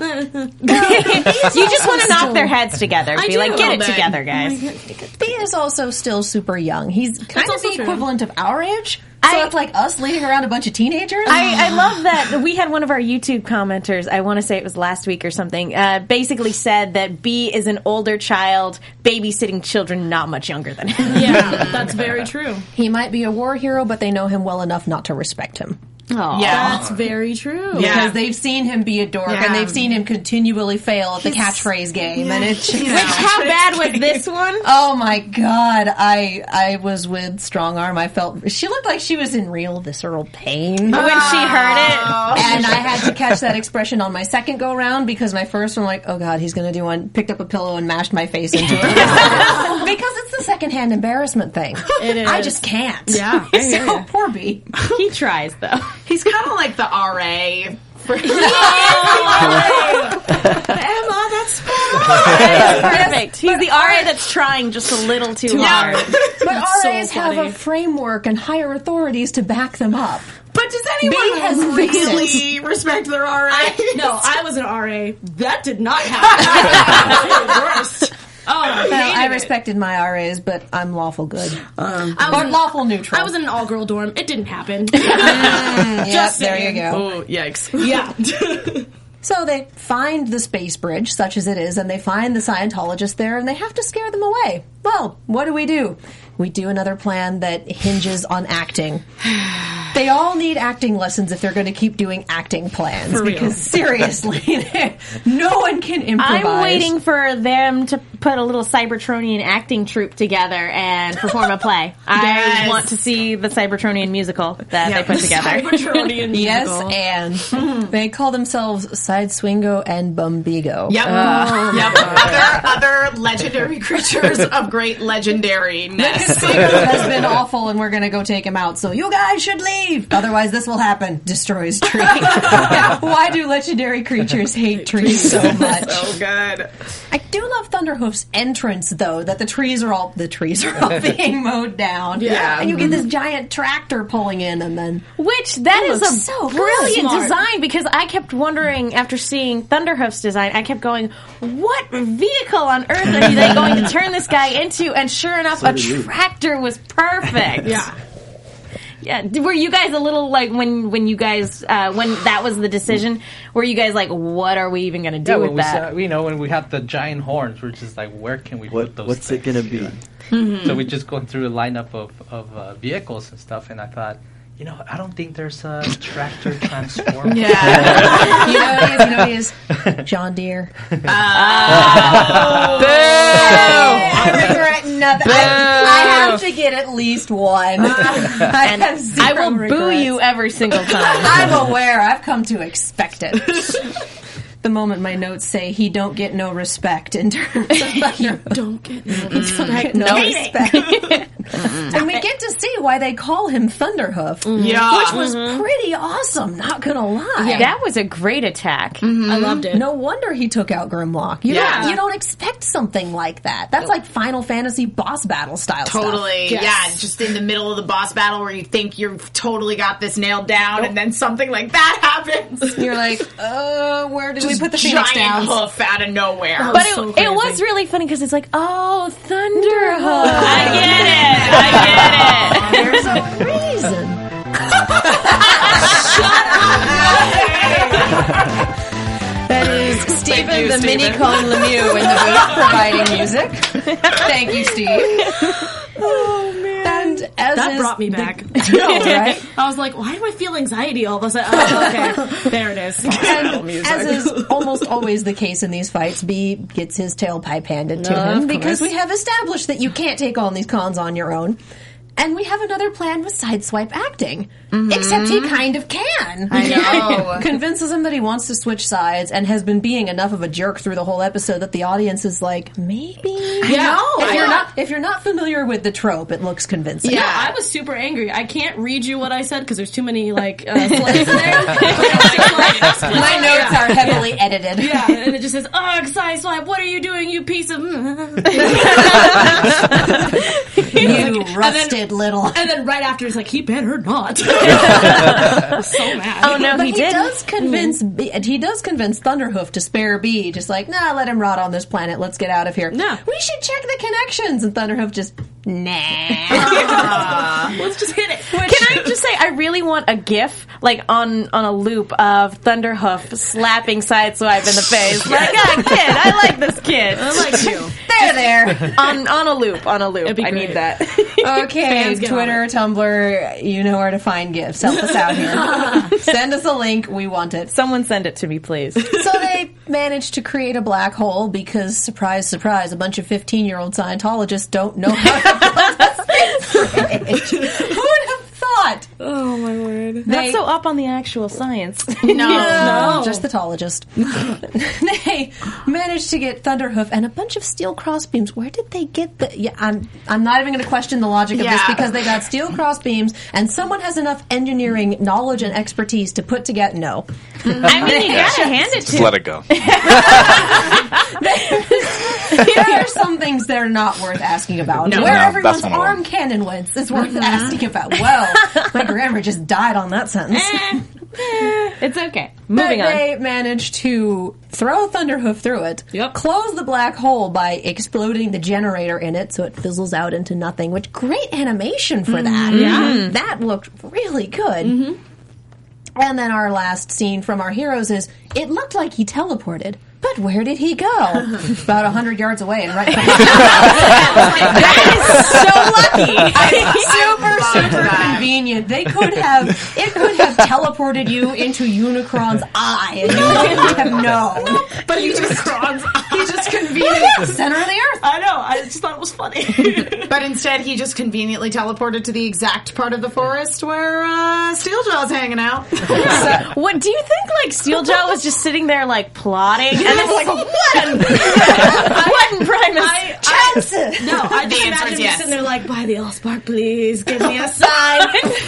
[SPEAKER 9] uh,
[SPEAKER 3] you just want to knock their heads together.
[SPEAKER 9] I
[SPEAKER 3] Be
[SPEAKER 9] do
[SPEAKER 3] like,
[SPEAKER 9] a
[SPEAKER 3] get
[SPEAKER 9] little
[SPEAKER 2] Oh,
[SPEAKER 3] it
[SPEAKER 9] bit.
[SPEAKER 3] together, guys.
[SPEAKER 2] B is also still super young. He's kind
[SPEAKER 9] That's
[SPEAKER 2] of the
[SPEAKER 9] also true.
[SPEAKER 2] equivalent of our age. So
[SPEAKER 3] I-
[SPEAKER 2] it's like us leading around a bunch of teenagers.
[SPEAKER 3] I, I love that we had one of our YouTube commenters. I want to say it was last week or something. Uh, basically said that B is an older child babysitting children, not much younger than him.
[SPEAKER 9] yeah, that's very true.
[SPEAKER 2] He might be a war hero, but they know him well enough not to respect him.
[SPEAKER 7] Yeah.
[SPEAKER 9] That's very true.
[SPEAKER 7] Yeah.
[SPEAKER 2] Because they've seen him be a dork
[SPEAKER 7] Yeah.
[SPEAKER 2] and they've seen him continually fail at the catchphrase game. And it's just
[SPEAKER 7] Yeah.
[SPEAKER 2] like,
[SPEAKER 3] How bad was this one?
[SPEAKER 2] oh my god, I I was with strong arm. I felt she looked like she was in real visceral pain. Oh.
[SPEAKER 3] When she heard it,
[SPEAKER 2] And I had to catch that expression on my second go round because my first one, like, oh god, he's gonna do one. Picked up a pillow and mashed my face into it because it's the secondhand embarrassment thing.
[SPEAKER 9] It
[SPEAKER 2] I
[SPEAKER 9] is.
[SPEAKER 2] just can't.
[SPEAKER 9] Yeah, I hear
[SPEAKER 2] so
[SPEAKER 9] ya.
[SPEAKER 2] poor B.
[SPEAKER 3] he tries though.
[SPEAKER 7] He's kind of like the RA. For-
[SPEAKER 9] Emma, that's
[SPEAKER 3] Perfect. He's the RA that's trying just a little too hard.
[SPEAKER 2] But
[SPEAKER 9] so
[SPEAKER 2] RAs have
[SPEAKER 9] funny.
[SPEAKER 2] a framework and higher authorities to back them up.
[SPEAKER 7] but does
[SPEAKER 2] Bee has
[SPEAKER 7] anyone
[SPEAKER 2] fixed it.
[SPEAKER 7] really respect their RA?
[SPEAKER 9] no. I was an RA. That did not happen. That was the worst. Oh,
[SPEAKER 2] Well, I
[SPEAKER 9] hated it.
[SPEAKER 2] respected my RAs, but I'm lawful good.
[SPEAKER 9] I was,
[SPEAKER 2] Or
[SPEAKER 9] an,
[SPEAKER 2] lawful neutral.
[SPEAKER 9] Um, I was in an all girl dorm. It didn't happen.
[SPEAKER 2] Yep, there you go.
[SPEAKER 7] Oh, yikes.
[SPEAKER 9] yeah.
[SPEAKER 2] So they find the space bridge, such as it is, and they find the Scientologist there, and they have to scare them away. Well, what do we do? We do another plan that hinges on acting. They all need acting lessons if they're going to keep doing acting plans. Because seriously, no one can improvise.
[SPEAKER 3] I'm waiting for them to put a little Cybertronian acting troupe together and perform a play. I
[SPEAKER 7] Yes.
[SPEAKER 3] want to see the Cybertronian musical that they put together.
[SPEAKER 9] Cybertronian
[SPEAKER 2] Yes,
[SPEAKER 9] musical.
[SPEAKER 2] and they call themselves Side Swingo and Bumbigo.
[SPEAKER 7] Yep. yep. Other, other legendary creatures of great legendariness.
[SPEAKER 2] has been awful, and we're going to go take him out. So you guys should leave. Otherwise, this will happen. Destroys tree. Why do legendary creatures hate trees so much?
[SPEAKER 7] oh, God.
[SPEAKER 2] I do love Thunderhoof's entrance, though. That the trees are all the trees are all being mowed down.
[SPEAKER 7] Yeah.
[SPEAKER 2] and you get this giant tractor pulling in, and then
[SPEAKER 3] Which that
[SPEAKER 2] It
[SPEAKER 3] is
[SPEAKER 2] looks
[SPEAKER 3] a
[SPEAKER 2] so good.
[SPEAKER 3] brilliant
[SPEAKER 2] Smart.
[SPEAKER 3] design because I kept wondering after seeing Thunderhoof's design, I kept going, "What vehicle on earth are they going to turn this guy into?" And sure enough, a
[SPEAKER 8] do you.
[SPEAKER 3] tractor was perfect. yeah. Yeah, d- were you guys a little like when when you guys uh, when that was the decision? Were you guys like, what are we even going to do
[SPEAKER 6] Yeah, when
[SPEAKER 3] with
[SPEAKER 6] we
[SPEAKER 3] that?
[SPEAKER 6] saw, you know, when we had the giant horns, we're just like, where can we put
[SPEAKER 8] What,
[SPEAKER 6] those?
[SPEAKER 8] what's it
[SPEAKER 6] things,
[SPEAKER 8] gonna
[SPEAKER 6] you
[SPEAKER 8] be?
[SPEAKER 6] know?
[SPEAKER 3] Hmm.
[SPEAKER 6] So we just going through a lineup of of uh, vehicles and stuff, and I thought, you know, I don't think there's a tractor transformer.
[SPEAKER 7] Yeah.
[SPEAKER 2] you know what it is. You know what it is. John Deere. I regret nothing. I, I have to get at least one. Uh, I have zero
[SPEAKER 3] I will boo
[SPEAKER 2] regrets.
[SPEAKER 3] you every single time.
[SPEAKER 2] I'm aware. I've come to expect it. the moment my notes say he don't get no respect in terms of
[SPEAKER 9] Don't get
[SPEAKER 2] get no respect. and we get to see why they call him Thunderhoof,
[SPEAKER 7] Yeah.
[SPEAKER 2] which was pretty awesome. Not gonna lie.
[SPEAKER 3] that was a great attack.
[SPEAKER 9] I loved it.
[SPEAKER 2] No wonder he took out Grimlock. You
[SPEAKER 7] Yeah.
[SPEAKER 2] don't you don't expect something like that. That's like Final Fantasy boss battle style. stuff.
[SPEAKER 7] Totally. Yeah. Just in the middle of the boss battle where you think you've totally got this nailed down and then something like that happens.
[SPEAKER 2] You're like, uh, where did we put the
[SPEAKER 7] giant
[SPEAKER 2] Phoenix down?
[SPEAKER 7] hoof out of nowhere.
[SPEAKER 9] Oh,
[SPEAKER 3] But it, it was really funny because it's like, oh, Thunderhook. I get it. I
[SPEAKER 2] There's
[SPEAKER 3] get it.
[SPEAKER 2] a reason. That is Stephen,
[SPEAKER 7] you,
[SPEAKER 2] the
[SPEAKER 7] Stephen.
[SPEAKER 2] mini Colin Lemieux in the booth providing music. Thank you, Steve. Oh man, and as
[SPEAKER 9] That
[SPEAKER 2] is
[SPEAKER 9] brought me
[SPEAKER 2] the-
[SPEAKER 9] back.
[SPEAKER 2] No, right?
[SPEAKER 9] I was like, why do I feel anxiety all of a sudden? Oh, okay. there it is.
[SPEAKER 2] And as is almost always the case in these fights, B gets his tailpipe handed to him because we have established that you can't take on these cons on your own. And we have another plan with sideswipe acting. Except he kind of can.
[SPEAKER 7] I know.
[SPEAKER 2] Convinces him that he wants to switch sides and has been being enough of a jerk through the whole episode that the audience is like, maybe.
[SPEAKER 7] yeah.
[SPEAKER 2] If you're not if you're not familiar with the trope, it looks convincing.
[SPEAKER 7] Yeah.
[SPEAKER 9] I was super angry. I can't read you what I said because there's too many like uh, flags there. But it's like,
[SPEAKER 2] My notes are heavily edited.
[SPEAKER 9] yeah, and it just says, "Ugh, side swipe. What are you doing, you piece of?" mm."
[SPEAKER 2] You rusted little.
[SPEAKER 9] And then right after, it's like, "He better not." so mad.
[SPEAKER 3] Oh, no,
[SPEAKER 2] but
[SPEAKER 3] he Mm-hmm.
[SPEAKER 2] he,
[SPEAKER 3] did.
[SPEAKER 2] does convince B, he does convince Thunderhoof to spare B, just like nah, let him rot on this planet. Let's get out of here.
[SPEAKER 9] No.
[SPEAKER 2] we should check the connections. And Thunderhoof just nah.
[SPEAKER 9] Let's just hit it.
[SPEAKER 3] Can I just say, I really want a GIF like on on a loop of Thunderhoof slapping Sideswipe in the face. Like, ah, kid, I like this kid. I like you.
[SPEAKER 2] there, there.
[SPEAKER 3] on on a loop, on a loop.
[SPEAKER 9] be
[SPEAKER 3] I need
[SPEAKER 9] great.
[SPEAKER 3] that.
[SPEAKER 2] Okay,
[SPEAKER 9] Fans get on
[SPEAKER 2] Twitter, Tumblr, you know where to find gifts. Help us out here. Send us a link. We want it.
[SPEAKER 3] Someone send it to me, please.
[SPEAKER 2] So they managed to create a black hole because, surprise, surprise, a bunch of 15 year old Scientologists don't know how to build a space bridge. Who would have thought?
[SPEAKER 3] Oh my word!
[SPEAKER 2] They-
[SPEAKER 3] Not so up on the actual science.
[SPEAKER 2] No, just the tologist. they managed to get Thunderhoof and a bunch of steel crossbeams. Where did they get the? Yeah, I'm I'm not even going to question the logic of this
[SPEAKER 7] Yeah.
[SPEAKER 2] because they got steel crossbeams, and someone has enough engineering knowledge and expertise to put together. No,
[SPEAKER 3] I mean, you gotta hand it
[SPEAKER 5] Just
[SPEAKER 3] to.
[SPEAKER 5] let it go.
[SPEAKER 2] there are some things that are not worth asking about.
[SPEAKER 7] No.
[SPEAKER 2] Where
[SPEAKER 7] No,
[SPEAKER 2] everyone's
[SPEAKER 5] that's one of them.
[SPEAKER 2] arm cannon went is
[SPEAKER 7] Mm-hmm.
[SPEAKER 2] worth asking about. Well, my grammar just died on that sentence.
[SPEAKER 3] It's okay. Moving
[SPEAKER 2] but
[SPEAKER 3] on.
[SPEAKER 2] they managed to throw Thunderhoof through it,
[SPEAKER 9] Yep.
[SPEAKER 2] close the black hole by exploding the generator in it so it fizzles out into nothing, which great animation for that. Yeah.
[SPEAKER 3] Mm-hmm.
[SPEAKER 2] That looked really good. And then our last scene from our heroes is it looked like he teleported. But where did he go? About a hundred yards away, and right. that is so lucky. super,
[SPEAKER 7] I love
[SPEAKER 2] super
[SPEAKER 7] that.
[SPEAKER 2] convenient. They could have it could have teleported you into Unicron's eye, and you would have known.
[SPEAKER 7] But he just he just
[SPEAKER 2] Yeah,
[SPEAKER 7] convenient.
[SPEAKER 2] center of the earth.
[SPEAKER 9] I know. I just thought it was funny.
[SPEAKER 7] But instead, he just conveniently teleported to the exact part of the forest where uh, Steeljaw's hanging out.
[SPEAKER 3] What do you think? Like Steeljaw was just sitting there, like plotting, and it's like, what? in- what in Primus
[SPEAKER 2] expensive.
[SPEAKER 9] No, I
[SPEAKER 7] The answer
[SPEAKER 9] just imagine
[SPEAKER 7] is
[SPEAKER 9] me
[SPEAKER 7] yes.
[SPEAKER 9] sitting there like, buy the Allspark, please. Give me a sign.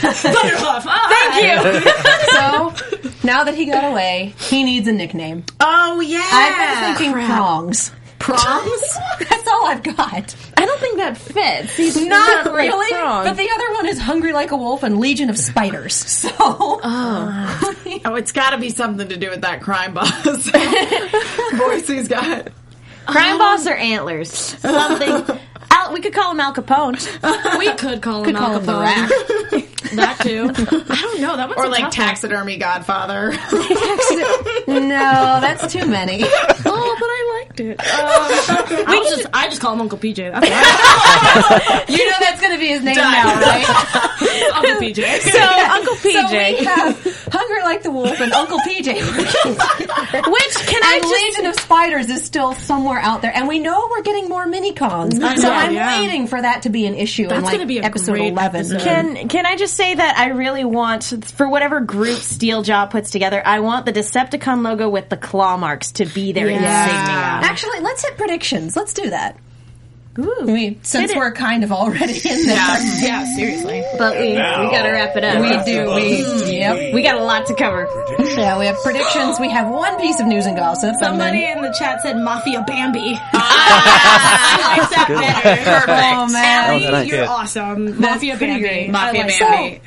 [SPEAKER 9] Thunderhoof. Thank you.
[SPEAKER 2] so now that he got away, he needs a nickname.
[SPEAKER 7] Oh yeah.
[SPEAKER 2] I've been thinking prongs. Prongs? That's all I've got.
[SPEAKER 4] I don't think that fits. He's
[SPEAKER 2] Not,
[SPEAKER 4] not like
[SPEAKER 2] really.
[SPEAKER 4] wrong.
[SPEAKER 2] But the other one is hungry like a wolf and legion of spiders. So
[SPEAKER 7] Oh, it's got to be something to do with that crime boss voice he's got.
[SPEAKER 3] Crime boss or antlers? Something. Al, we could call him Al Capone.
[SPEAKER 9] we could call him
[SPEAKER 2] Could call him the
[SPEAKER 9] Alcatraz.
[SPEAKER 2] rack.
[SPEAKER 9] That too. I don't know. That one's
[SPEAKER 7] Or
[SPEAKER 9] a
[SPEAKER 7] like
[SPEAKER 9] tough
[SPEAKER 7] taxidermy godfather.
[SPEAKER 2] no, that's too many.
[SPEAKER 9] one. Oh, but I liked it. Um, I was just, I just call him Uncle PJ. That's what I
[SPEAKER 2] You know that's going to be his name now, right?
[SPEAKER 9] call him, Uncle PJ.
[SPEAKER 3] So Uncle PJ.
[SPEAKER 2] We have hungry like the wolf and Uncle PJ.
[SPEAKER 3] Which can I
[SPEAKER 2] And
[SPEAKER 3] just
[SPEAKER 2] Legion of Spiders is still somewhere out there, and we know we're getting more mini cons.
[SPEAKER 9] I
[SPEAKER 2] So
[SPEAKER 9] know,
[SPEAKER 2] I'm
[SPEAKER 9] yeah.
[SPEAKER 2] waiting for that to be an issue in
[SPEAKER 9] That's
[SPEAKER 2] like
[SPEAKER 9] gonna be a
[SPEAKER 2] episode
[SPEAKER 9] great
[SPEAKER 2] eleven.
[SPEAKER 9] episode.
[SPEAKER 3] Can can I just say that I really want for whatever group Steel Jaw puts together, I want the Decepticon logo with the claw marks to be their insignia.
[SPEAKER 2] Actually, let's hit predictions. Let's do that. I mean, since
[SPEAKER 3] Hit it.
[SPEAKER 2] we're kind of already in there,
[SPEAKER 7] yeah, seriously.
[SPEAKER 9] But we, we gotta wrap it up.
[SPEAKER 2] we do.
[SPEAKER 9] Mm.
[SPEAKER 2] We yep.
[SPEAKER 9] we got a lot to cover.
[SPEAKER 3] Oh,
[SPEAKER 2] Yeah, we have predictions. We have one piece of news and gossip.
[SPEAKER 9] Somebody
[SPEAKER 2] And
[SPEAKER 9] in the chat said Mafia Bambi.
[SPEAKER 7] I like that better.
[SPEAKER 2] then, oh
[SPEAKER 7] Perfect.
[SPEAKER 2] man.
[SPEAKER 9] Allie,
[SPEAKER 6] nice.
[SPEAKER 9] you're
[SPEAKER 6] Good.
[SPEAKER 9] awesome. Mafia
[SPEAKER 2] pretty
[SPEAKER 9] Bambi.
[SPEAKER 2] great.
[SPEAKER 7] Mafia
[SPEAKER 9] I like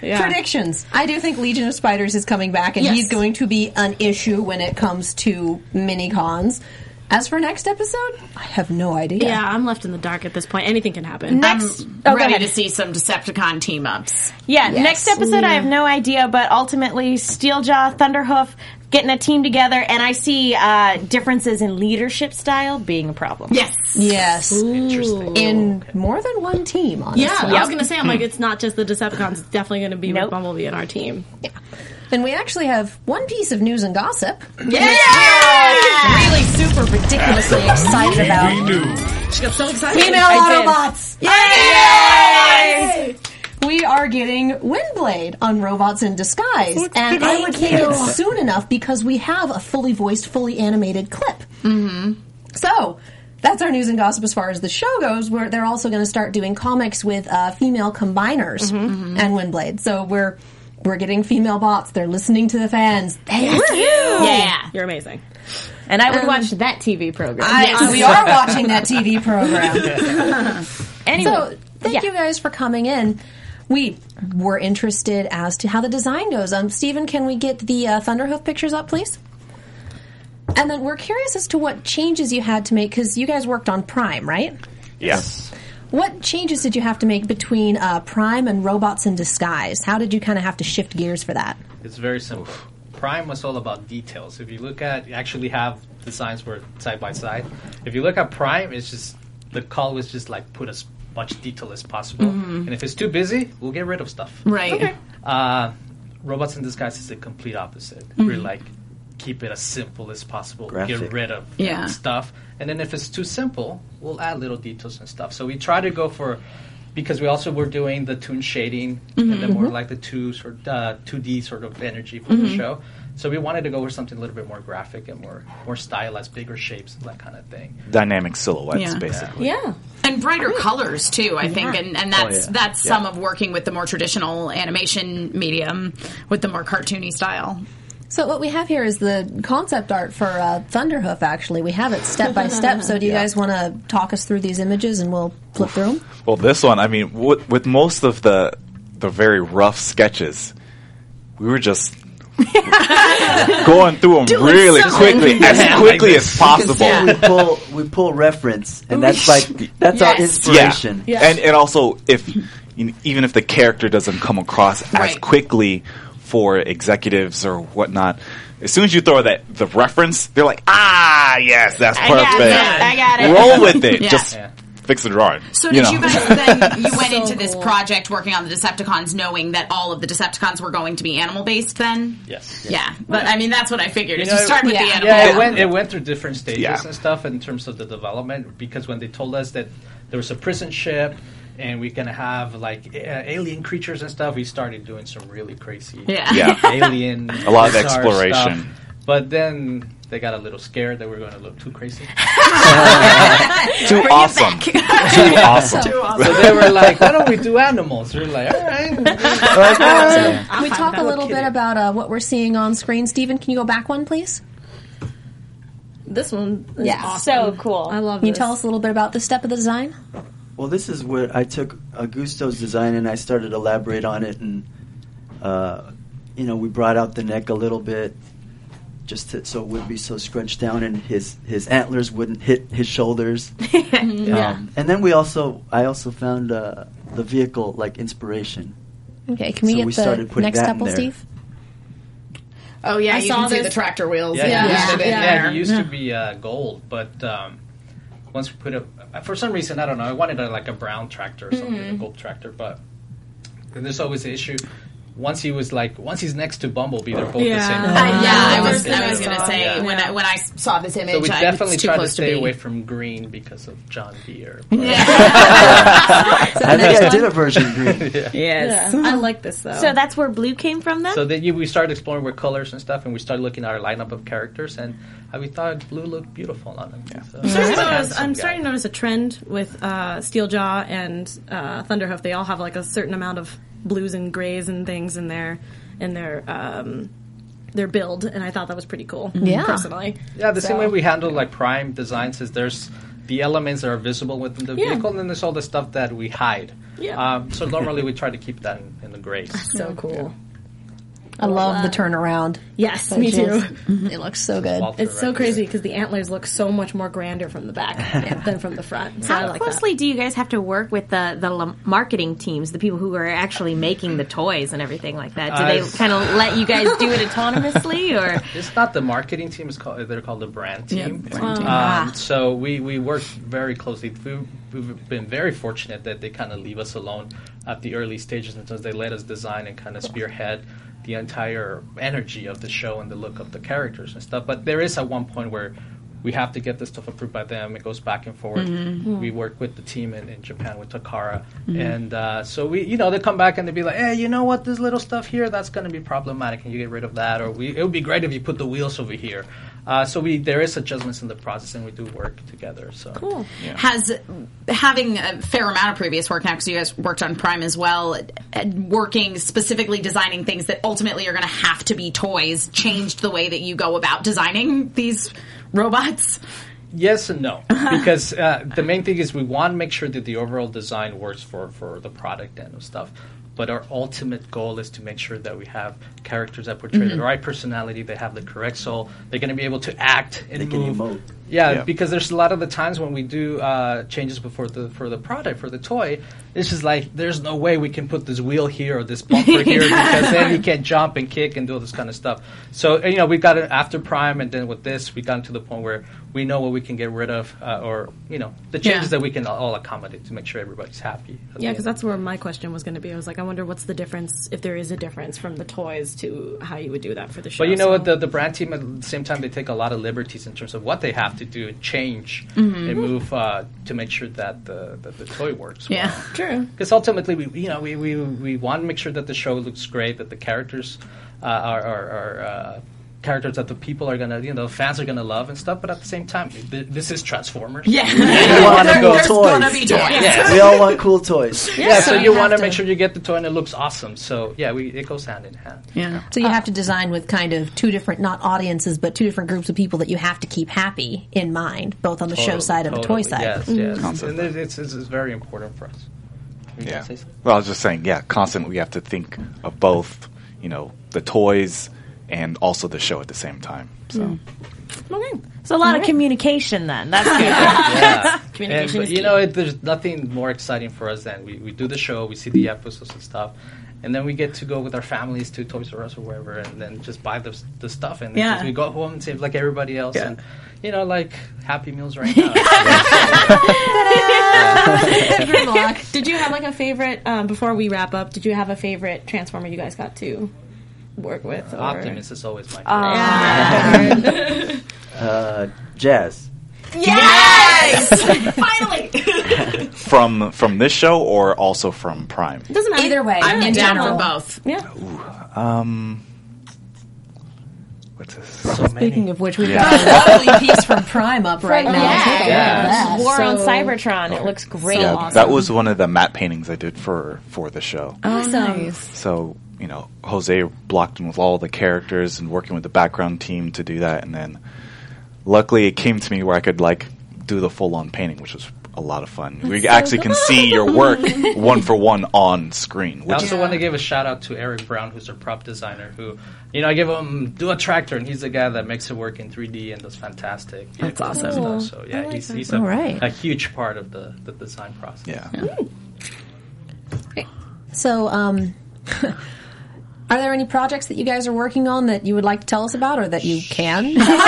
[SPEAKER 7] Bambi.
[SPEAKER 9] that.
[SPEAKER 2] So, predictions. I do think Legion of Spiders is coming back, and
[SPEAKER 9] Yes.
[SPEAKER 2] he's going to be an issue when it comes to mini cons. As for next episode, I have no idea.
[SPEAKER 9] Yeah, I'm left in the dark at this point. Anything can happen.
[SPEAKER 7] I'm
[SPEAKER 3] Oh, go
[SPEAKER 7] ready
[SPEAKER 3] ahead.
[SPEAKER 7] to see some Decepticon team ups.
[SPEAKER 3] Yeah, next episode I have no idea, but ultimately Steeljaw, Thunderhoof getting a team together and I see uh, differences in leadership style being a problem.
[SPEAKER 7] Yes.
[SPEAKER 2] Yes.
[SPEAKER 6] Interesting.
[SPEAKER 2] In more than one team, honestly.
[SPEAKER 9] Yeah, I was gonna say, I'm like, it's not just the Decepticons. It's definitely gonna be with Bumblebee and our team.
[SPEAKER 2] And we actually have one piece of news and gossip.
[SPEAKER 7] Yeah.
[SPEAKER 2] Really super ridiculously excited about.
[SPEAKER 9] She got so excited.
[SPEAKER 2] Female
[SPEAKER 9] I
[SPEAKER 2] Autobots! We are getting Windblade on Robots in Disguise. and I would think it's soon enough because we have a fully voiced, fully animated clip. Mm-hmm. So, that's our news and gossip as far as the show goes. Where they're also going to start doing comics with uh, female combiners Mm-hmm. and Windblade. So we're we're getting female bots. They're listening to the fans. Hey,
[SPEAKER 7] Yeah. Um,
[SPEAKER 9] did. You're amazing.
[SPEAKER 3] And I would
[SPEAKER 9] I
[SPEAKER 3] watch
[SPEAKER 9] watched that TV program.
[SPEAKER 2] I- we are watching that TV program.
[SPEAKER 3] anyway.
[SPEAKER 2] So thank you guys for coming in. We were interested as to how the design goes. Um, Stephen, can we get the uh, Thunderhoof pictures up, please? And then we're curious as to what changes you had to make because you guys worked on Prime, right?
[SPEAKER 5] Yes.
[SPEAKER 2] What changes did you have to make between uh, Prime and Robots in Disguise? How did you kind of have to shift gears for that?
[SPEAKER 6] It's very simple. Prime was all about details. If you look at, you actually have designs were side by side. If you look at Prime, it's just the call was just like put as much detail as possible.
[SPEAKER 3] Mm-hmm.
[SPEAKER 6] And if it's too busy, we'll get rid of stuff.
[SPEAKER 7] Right.
[SPEAKER 6] Uh, Robots in Disguise is the complete opposite. We're like, keep it as simple as possible. Get
[SPEAKER 8] Graphic.
[SPEAKER 6] rid of
[SPEAKER 7] Yeah.
[SPEAKER 6] stuff. And then if it's too simple, we'll add little details and stuff. So we try to go for, because we also were doing the tune shading and then more like the two sort uh, 2D sort of energy for the show. So we wanted to go for something a little bit more graphic and more more stylized, bigger shapes, that kind of thing.
[SPEAKER 5] Dynamic silhouettes,
[SPEAKER 7] Yeah.
[SPEAKER 5] basically.
[SPEAKER 9] Yeah.
[SPEAKER 7] and brighter colors too. I think, and, and that's
[SPEAKER 8] Oh, yeah.
[SPEAKER 7] that's some of working with the more traditional animation medium with the more cartoony style.
[SPEAKER 2] So what we have here is the concept art for uh, Thunderhoof. Actually, we have it step by step. So do you guys want to talk us through these images and we'll flip through them?
[SPEAKER 5] Well, this one, I mean, with, with most of the the very rough sketches, we were just going through them really quickly, as quickly as possible.
[SPEAKER 8] we pull we pull reference, and that's like that's our
[SPEAKER 7] Yes.
[SPEAKER 8] inspiration.
[SPEAKER 5] Yeah. And and also if you know, even if the character doesn't come across as
[SPEAKER 7] Right.
[SPEAKER 5] quickly for executives or whatnot, as soon as you throw that the reference, they're like, ah, yes, that's
[SPEAKER 3] got
[SPEAKER 5] perfect.
[SPEAKER 3] it. I got it.
[SPEAKER 5] Roll with it.
[SPEAKER 7] Yeah.
[SPEAKER 5] Just
[SPEAKER 6] Yeah.
[SPEAKER 5] fix the drawing.
[SPEAKER 7] So did you,
[SPEAKER 5] know.
[SPEAKER 7] guys then you went into this project working on the Decepticons knowing that all of the Decepticons were going to be animal based then?
[SPEAKER 6] Yes.
[SPEAKER 7] Yeah. But I mean that's what I figured. is
[SPEAKER 6] You
[SPEAKER 7] you
[SPEAKER 6] know,
[SPEAKER 7] start with the
[SPEAKER 2] yeah.
[SPEAKER 7] animal.
[SPEAKER 6] Yeah, it went it went through different stages
[SPEAKER 5] Yeah.
[SPEAKER 6] and stuff in terms of the development because when they told us that there was a prison ship and we're gonna have like a- alien creatures and stuff, we started doing some really crazy
[SPEAKER 7] Yeah.
[SPEAKER 5] Yeah.
[SPEAKER 6] alien
[SPEAKER 5] A lot of
[SPEAKER 6] bizarre
[SPEAKER 5] exploration.
[SPEAKER 6] stuff. But then they got a little scared that we are going to look too crazy.
[SPEAKER 5] Too awesome. Too awesome.
[SPEAKER 6] so they were like, "Why don't we do animals?" We We're like, "All right."
[SPEAKER 2] Can we talk a little bit about uh, what we're seeing on screen? Steven, can you go back one, please?
[SPEAKER 9] This one is
[SPEAKER 2] Yeah.
[SPEAKER 9] awesome.
[SPEAKER 3] So cool.
[SPEAKER 9] I love
[SPEAKER 2] Can you
[SPEAKER 9] this.
[SPEAKER 2] tell us a little bit about this step of the design?
[SPEAKER 8] Well, this is where I took Augusto's design and I started to elaborate on it, and uh, you know, we brought out the neck a little bit, just to, so it wouldn't be so scrunched down, and his his antlers wouldn't hit his shoulders. um, and then we also, I also found uh, the vehicle like inspiration.
[SPEAKER 2] Okay, can we
[SPEAKER 8] So
[SPEAKER 2] get
[SPEAKER 8] we started
[SPEAKER 2] the
[SPEAKER 8] putting
[SPEAKER 2] next
[SPEAKER 8] that in
[SPEAKER 2] couple,
[SPEAKER 8] there.
[SPEAKER 2] Steve?
[SPEAKER 7] Oh yeah,
[SPEAKER 9] I
[SPEAKER 7] you
[SPEAKER 9] saw
[SPEAKER 7] can see
[SPEAKER 9] this-
[SPEAKER 7] the tractor wheels.
[SPEAKER 6] Yeah,
[SPEAKER 9] Yeah.
[SPEAKER 6] It,
[SPEAKER 7] yeah,
[SPEAKER 6] used to,
[SPEAKER 9] Yeah.
[SPEAKER 6] yeah,
[SPEAKER 7] yeah.
[SPEAKER 6] it used to be uh, gold, but um, once we put it, for some reason, I don't know, I wanted a, like a brown tractor or something, a gold tractor, but then there's always the issue. Once he was like, once he's next to Bumblebee, they're both the same.
[SPEAKER 9] Yeah.
[SPEAKER 6] color.
[SPEAKER 7] I
[SPEAKER 9] Yeah.
[SPEAKER 7] was, I was
[SPEAKER 9] Yeah.
[SPEAKER 7] gonna say
[SPEAKER 6] Yeah.
[SPEAKER 7] when I when I saw this image,
[SPEAKER 6] So we
[SPEAKER 7] I,
[SPEAKER 6] definitely
[SPEAKER 7] it's too
[SPEAKER 6] try to
[SPEAKER 7] close
[SPEAKER 6] stay
[SPEAKER 7] be.
[SPEAKER 6] away from green because of John Deere.
[SPEAKER 8] I think I did a version green.
[SPEAKER 9] Yes. I like this though.
[SPEAKER 3] So that's where blue came from then?
[SPEAKER 6] So then you, we started exploring with colors and stuff, and we started looking at our lineup of characters, and uh, we thought blue looked beautiful on him. So-
[SPEAKER 9] I'm starting to notice-
[SPEAKER 6] Handsome
[SPEAKER 9] I'm
[SPEAKER 6] guy.
[SPEAKER 9] starting to notice a trend with uh, Steeljaw and uh, Thunderhoof. They all have like a certain amount of blues and grays and things in their in their um, their build, and I thought that was pretty cool.
[SPEAKER 2] Yeah.
[SPEAKER 9] personally,
[SPEAKER 6] Yeah, the same way we handle like prime designs is there's the elements that are visible within the
[SPEAKER 9] Yeah.
[SPEAKER 6] vehicle, and then there's all the stuff that we hide.
[SPEAKER 9] Yeah.
[SPEAKER 6] Um, so normally we try to keep that in, in the grace.
[SPEAKER 9] so cool.
[SPEAKER 2] I love the turnaround.
[SPEAKER 9] Yes, me too.
[SPEAKER 2] it looks so good.
[SPEAKER 9] It's so crazy because the antlers look so much more grander from the back than from the front. So I
[SPEAKER 3] How
[SPEAKER 9] like that.
[SPEAKER 3] closely do you guys have to work with the the l- marketing teams, the people who are actually making the toys and everything like that? Do
[SPEAKER 6] Uh,
[SPEAKER 3] they kind of let you guys do it autonomously, or
[SPEAKER 6] It's not the marketing team; it's called they're called the brand team. Um, so we, we work very closely. We've, we've been very fortunate that they kind of leave us alone at the early stages, and so they let us design and kind of spearhead the entire energy of the show and the look of the characters and stuff. But there is at one point where we have to get this stuff approved by them. It goes back and forth. We work with the team in, in Japan with Takara, and uh, so we, you know, they come back and they be like, "Hey, you know what? This little stuff here, that's going to be problematic. Can you get rid of that? Or we, it would be great if you put the wheels over here." Uh, so we, there is adjustments in the process, and we do work together. So cool.
[SPEAKER 7] Has having a fair amount of previous work now because you guys worked on Prime as well, and working specifically designing things that ultimately are going to have to be toys, changed the way that you go about designing these robots.
[SPEAKER 6] Yes and no, because uh, the main thing is we want to make sure that the overall design works for, for the product and stuff. But our ultimate goal is to make sure that we have characters that portray the right personality, they have the correct soul, they're going to be able to act and
[SPEAKER 8] They can
[SPEAKER 6] move.
[SPEAKER 8] emote.
[SPEAKER 6] Yeah,
[SPEAKER 5] Yeah.
[SPEAKER 6] because there's a lot of the times when we do uh, changes before the for the product for the toy, it's just like there's no way we can put this wheel here or this bumper here because then he can jump and kick and do all this kind of stuff. So and, you know we got it after Prime, and then with this we got to the point where we know what we can get rid of uh, or you know the changes
[SPEAKER 7] Yeah.
[SPEAKER 6] that we can all accommodate to make sure everybody's happy. at the
[SPEAKER 9] Yeah, because
[SPEAKER 6] end.
[SPEAKER 9] that's where my question was going to be. I was like, I wonder what's the difference, if there is a difference, from the toys to how you would do that for the show.
[SPEAKER 6] But you know
[SPEAKER 9] so-
[SPEAKER 6] what? The, the brand team, at the same time, they take a lot of liberties in terms of what they have to do and change and move uh, to make sure that the, that the toy works.
[SPEAKER 7] Yeah.
[SPEAKER 9] True.
[SPEAKER 6] Because ultimately, we you know we, we, we want to make sure that the show looks great, that the characters uh, are are, are uh, characters that the people are gonna you know fans are gonna love and stuff. But at the same time, th- this is Transformers. Yeah.
[SPEAKER 8] We want
[SPEAKER 6] There-
[SPEAKER 8] cool
[SPEAKER 6] there's
[SPEAKER 7] gonna be
[SPEAKER 8] toys.
[SPEAKER 7] toys. Yeah.
[SPEAKER 8] We all want cool toys.
[SPEAKER 6] Yeah. So,
[SPEAKER 7] so
[SPEAKER 6] you
[SPEAKER 7] you
[SPEAKER 6] want to
[SPEAKER 7] have
[SPEAKER 6] make
[SPEAKER 7] to-
[SPEAKER 6] sure you get the toy and it looks awesome. So yeah, we, it goes hand in hand.
[SPEAKER 7] Yeah.
[SPEAKER 2] So you have
[SPEAKER 8] uh,
[SPEAKER 2] to design with kind of two different, not audiences, but two different groups of people that you have to keep happy in mind, both on the show side and the
[SPEAKER 6] Totally,
[SPEAKER 2] toy side.
[SPEAKER 6] Yes. Yes.
[SPEAKER 5] Concept.
[SPEAKER 6] And it- it's, it's, it's very important for us. You
[SPEAKER 5] Yeah.
[SPEAKER 6] can say something.
[SPEAKER 5] Well, I was just saying, yeah, constantly we have to think of both, you know, the toys and also the show at the same time. So
[SPEAKER 3] okay. so a lot of communication then? That's good.
[SPEAKER 6] Yeah.
[SPEAKER 9] Communication
[SPEAKER 6] And,
[SPEAKER 9] is
[SPEAKER 6] but, you
[SPEAKER 9] key.
[SPEAKER 6] know, it, there's nothing more exciting for us than we, we do the show, we see the episodes and stuff, and then we get to go with our families to Toys R Us or wherever, and then just buy the, the stuff, and then
[SPEAKER 7] Yeah.
[SPEAKER 6] just we go home and save like everybody else,
[SPEAKER 8] Yeah.
[SPEAKER 6] and you know, like Happy Meals right now.
[SPEAKER 9] did you have like a favorite? Um, before we wrap up, did you have a favorite Transformer you guys got to work with? Or?
[SPEAKER 6] Optimus is always my favorite.
[SPEAKER 8] Uh, jazz.
[SPEAKER 5] from from this show or also from Prime.
[SPEAKER 9] Doesn't matter.
[SPEAKER 2] Either way,
[SPEAKER 7] I'm
[SPEAKER 2] in
[SPEAKER 7] down for
[SPEAKER 2] general.
[SPEAKER 7] both.
[SPEAKER 5] What's Jesus.
[SPEAKER 2] Speaking of which, we've
[SPEAKER 5] Yeah.
[SPEAKER 2] got a lovely piece from Prime up right now.
[SPEAKER 3] yeah.
[SPEAKER 2] Take a look at that.
[SPEAKER 3] War on
[SPEAKER 2] So-
[SPEAKER 3] Cybertron. It looks great.
[SPEAKER 5] yeah, that was one of the matte paintings I did for for the show.
[SPEAKER 2] Awesome.
[SPEAKER 5] So you know, Jose blocked in with all the characters and working with the background team to do that, and then luckily it came to me where I could like do the full on painting, which was a lot of fun. we actually can see your work one for one on screen,
[SPEAKER 6] I
[SPEAKER 5] which is
[SPEAKER 6] also want to give a shout out to Eric Brown, who's our prop designer. Who, you know, I give him do a tractor, and he's the guy that makes it work in 3D and does fantastic. That's awesome. So yeah, he's, he's a,
[SPEAKER 2] All right.
[SPEAKER 6] a huge part of the, the design process.
[SPEAKER 5] yeah.
[SPEAKER 2] So, um, are there any projects that you guys are working on that you would like to tell us about, or that you can? tell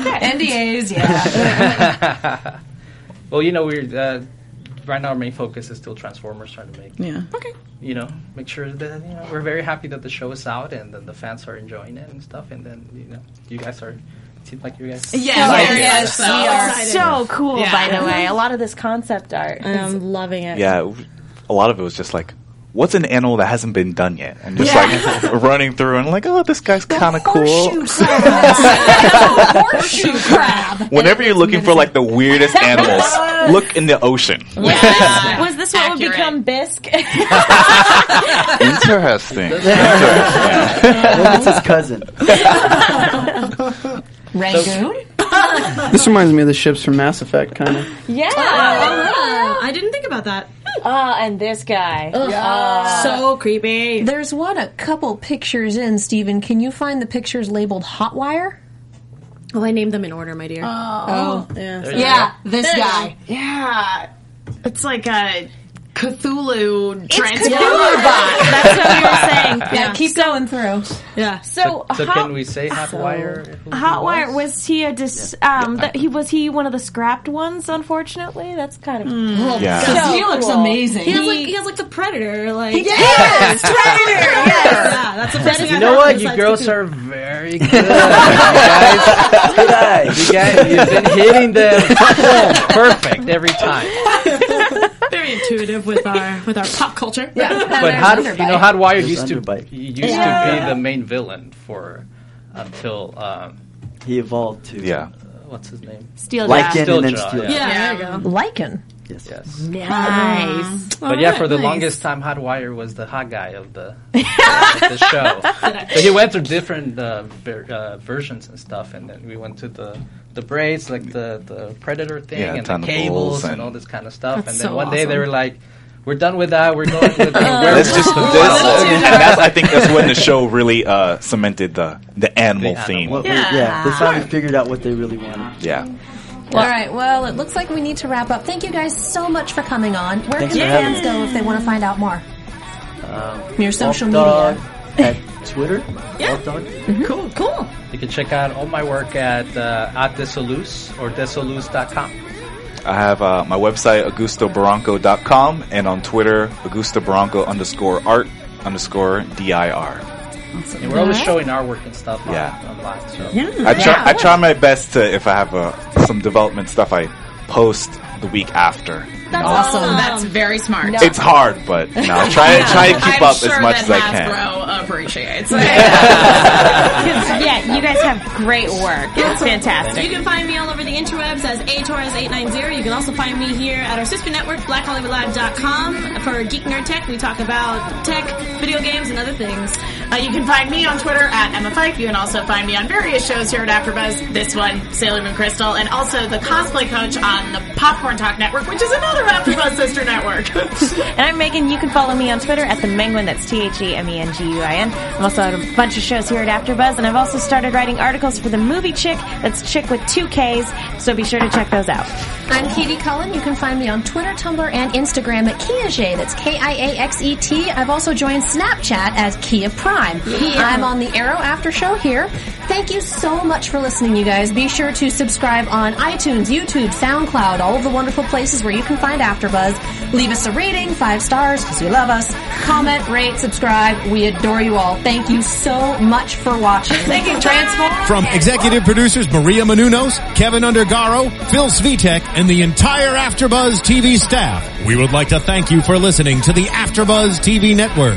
[SPEAKER 2] us about? NDAs, yeah.
[SPEAKER 6] Well, you know, we're uh, right now our main focus is still Transformers, trying to make yeah, okay, you know, make sure that you know we're very happy that the show is out and then the fans are enjoying it and stuff, and then you know you guys are seem like you guys.
[SPEAKER 7] Yeah, very much so.
[SPEAKER 3] so cool,
[SPEAKER 7] Yeah.
[SPEAKER 3] by the way. A lot of this concept art.
[SPEAKER 9] And I'm loving it.
[SPEAKER 5] yeah, it w- a lot of it was just like, what's an animal that hasn't been done yet? And just like running through and like, oh, this guy's kind of cool.
[SPEAKER 2] Horseshoe crab.
[SPEAKER 5] Whenever you're looking for like the weirdest animals, look in the ocean.
[SPEAKER 3] Was this what
[SPEAKER 7] Accurate.
[SPEAKER 3] would become Bisque?
[SPEAKER 5] Interesting.
[SPEAKER 8] That's his cousin.
[SPEAKER 2] Rangoon.
[SPEAKER 10] This reminds me of the ships from Mass Effect, kind of.
[SPEAKER 9] Uh-huh.
[SPEAKER 3] yeah.
[SPEAKER 9] Oh, I didn't think about that.
[SPEAKER 3] Oh, and this guy. Ah.
[SPEAKER 9] so creepy.
[SPEAKER 2] There's one a couple pictures in. Stephen, can you find the pictures labeled Hotwire?
[SPEAKER 9] Well, oh, I named them in order, my dear.
[SPEAKER 2] Oh,
[SPEAKER 9] yeah.
[SPEAKER 2] yeah, this guy.
[SPEAKER 7] Yeah. It's like a Cthulhu transform.
[SPEAKER 3] That's what we were saying.
[SPEAKER 2] Yeah, keep going through.
[SPEAKER 9] yeah.
[SPEAKER 3] So,
[SPEAKER 6] So
[SPEAKER 3] Hot-
[SPEAKER 6] can we say Hotwire? who he
[SPEAKER 3] Hotwire was he a dis? Um, that he was he one of the scrapped ones. Unfortunately, that's kind of
[SPEAKER 6] Mm.
[SPEAKER 5] Yeah.
[SPEAKER 3] So
[SPEAKER 2] he looks
[SPEAKER 3] cool.
[SPEAKER 2] amazing.
[SPEAKER 9] He has like he has like the predator, like yeah,
[SPEAKER 2] Yes, Predator.
[SPEAKER 9] that's the first thing
[SPEAKER 6] You
[SPEAKER 9] I
[SPEAKER 6] know
[SPEAKER 9] thought
[SPEAKER 6] what?
[SPEAKER 9] besides
[SPEAKER 6] You girls
[SPEAKER 9] Cthulhu.
[SPEAKER 6] are very good. you guys,
[SPEAKER 8] Good eye.
[SPEAKER 6] you guys, you've been hitting them perfect every time.
[SPEAKER 9] very intuitive with our with our pop culture.
[SPEAKER 6] But how you know Hotwire
[SPEAKER 8] There's
[SPEAKER 6] used to
[SPEAKER 8] Underbite.
[SPEAKER 6] he used to be the main villain for until um,
[SPEAKER 8] He evolved to
[SPEAKER 5] Yeah.
[SPEAKER 6] what's his name?
[SPEAKER 3] Steel
[SPEAKER 8] like
[SPEAKER 3] Jaw.
[SPEAKER 8] in and then
[SPEAKER 6] Still
[SPEAKER 8] steal.
[SPEAKER 6] Jaw,
[SPEAKER 9] Yeah, there you go.
[SPEAKER 2] Lycan.
[SPEAKER 8] Yes.
[SPEAKER 6] Yes.
[SPEAKER 3] Nice.
[SPEAKER 6] But yeah, for the longest time, Hotwire was the hot guy of the, of the show. But he went through different uh, ver- uh, versions and stuff, and then we went to the the braids, like the, the predator thing,
[SPEAKER 5] Yeah,
[SPEAKER 6] and the
[SPEAKER 5] tentacles
[SPEAKER 6] cables, and,
[SPEAKER 5] and-
[SPEAKER 6] all this kind of stuff. And then
[SPEAKER 9] so
[SPEAKER 6] one day they
[SPEAKER 9] awesome.
[SPEAKER 6] were like, "We're done with that. We're going with the
[SPEAKER 5] That's
[SPEAKER 6] werewolf."
[SPEAKER 5] just that's, and that's I think that's when the show really uh, cemented the the animal
[SPEAKER 6] The
[SPEAKER 5] theme.
[SPEAKER 6] animal.
[SPEAKER 8] Yeah. yeah, they finally figured out what they really wanted.
[SPEAKER 5] Yeah.
[SPEAKER 2] All right. Well, it looks like we need to wrap up. Thank you guys so much for coming on. Where
[SPEAKER 8] Thanks
[SPEAKER 2] can the
[SPEAKER 8] for having
[SPEAKER 2] fans go if they want to find out more? Your social
[SPEAKER 8] Wolf
[SPEAKER 2] media.
[SPEAKER 8] Dog at Twitter. Yeah. Dog.
[SPEAKER 9] Cool, cool.
[SPEAKER 6] You can check out all my work at uh, at Desoluz or Desoluz.com.
[SPEAKER 5] I have uh, my website, AugustoBaronco.com, and on Twitter, AugustoBaronco underscore art underscore DIR.
[SPEAKER 6] And we're always showing our work and stuff on,
[SPEAKER 5] Yeah.
[SPEAKER 6] online. So.
[SPEAKER 5] I try, I try my best to, if I have uh, some development stuff, I post the week after. you know?
[SPEAKER 7] Awesome. That's very smart.
[SPEAKER 5] It's hard, but you know, I try, try to keep
[SPEAKER 7] I'm
[SPEAKER 5] up
[SPEAKER 7] sure
[SPEAKER 5] as much
[SPEAKER 7] that
[SPEAKER 5] as I can.
[SPEAKER 2] Oh, uh,
[SPEAKER 7] Hasbro appreciates.
[SPEAKER 3] Yeah, you guys have great work. It's fantastic.
[SPEAKER 9] You can find me all over the interwebs as atorres890. You can also find me here at our sister network, blackhollywoodlive.com, for Geek Nerd Tech. We talk about tech, video games, and other things.
[SPEAKER 7] Uh, you can find me on Twitter at Emma Fike. You can also find me on various shows here at AfterBuzz. This one, Sailor Moon Crystal, and also the Cosplay Coach on the Popcorn Talk Network, which is another AfterBuzz sister network.
[SPEAKER 3] And I'm Megan. You can follow me on Twitter at the Menguin. That's T H E M E N G U I N. I'm also at a bunch of shows here at AfterBuzz, and I've also started writing articles for the movie Chick. That's Chick with two Ks. So be sure to check those out.
[SPEAKER 2] I'm Katie Cullen. You can find me on Twitter, Tumblr, and Instagram at Kiaxet. E That's K-I-A-X-E-T. E I've also joined Snapchat as Kia Prime. I'm on the Arrow After Show here. Thank you so much for listening, you guys. Be sure to subscribe on iTunes, YouTube, SoundCloud, all of the wonderful places where you can find AfterBuzz. Leave us a rating, five stars, because you love us. Comment, rate, subscribe. We adore you all. Thank you so much for watching. Thank you, Transform.
[SPEAKER 1] From executive producers Maria Menounos, Kevin Undergaro, Phil Svitek, and the entire AfterBuzz TV staff, we would like to thank you for listening to the AfterBuzz TV network.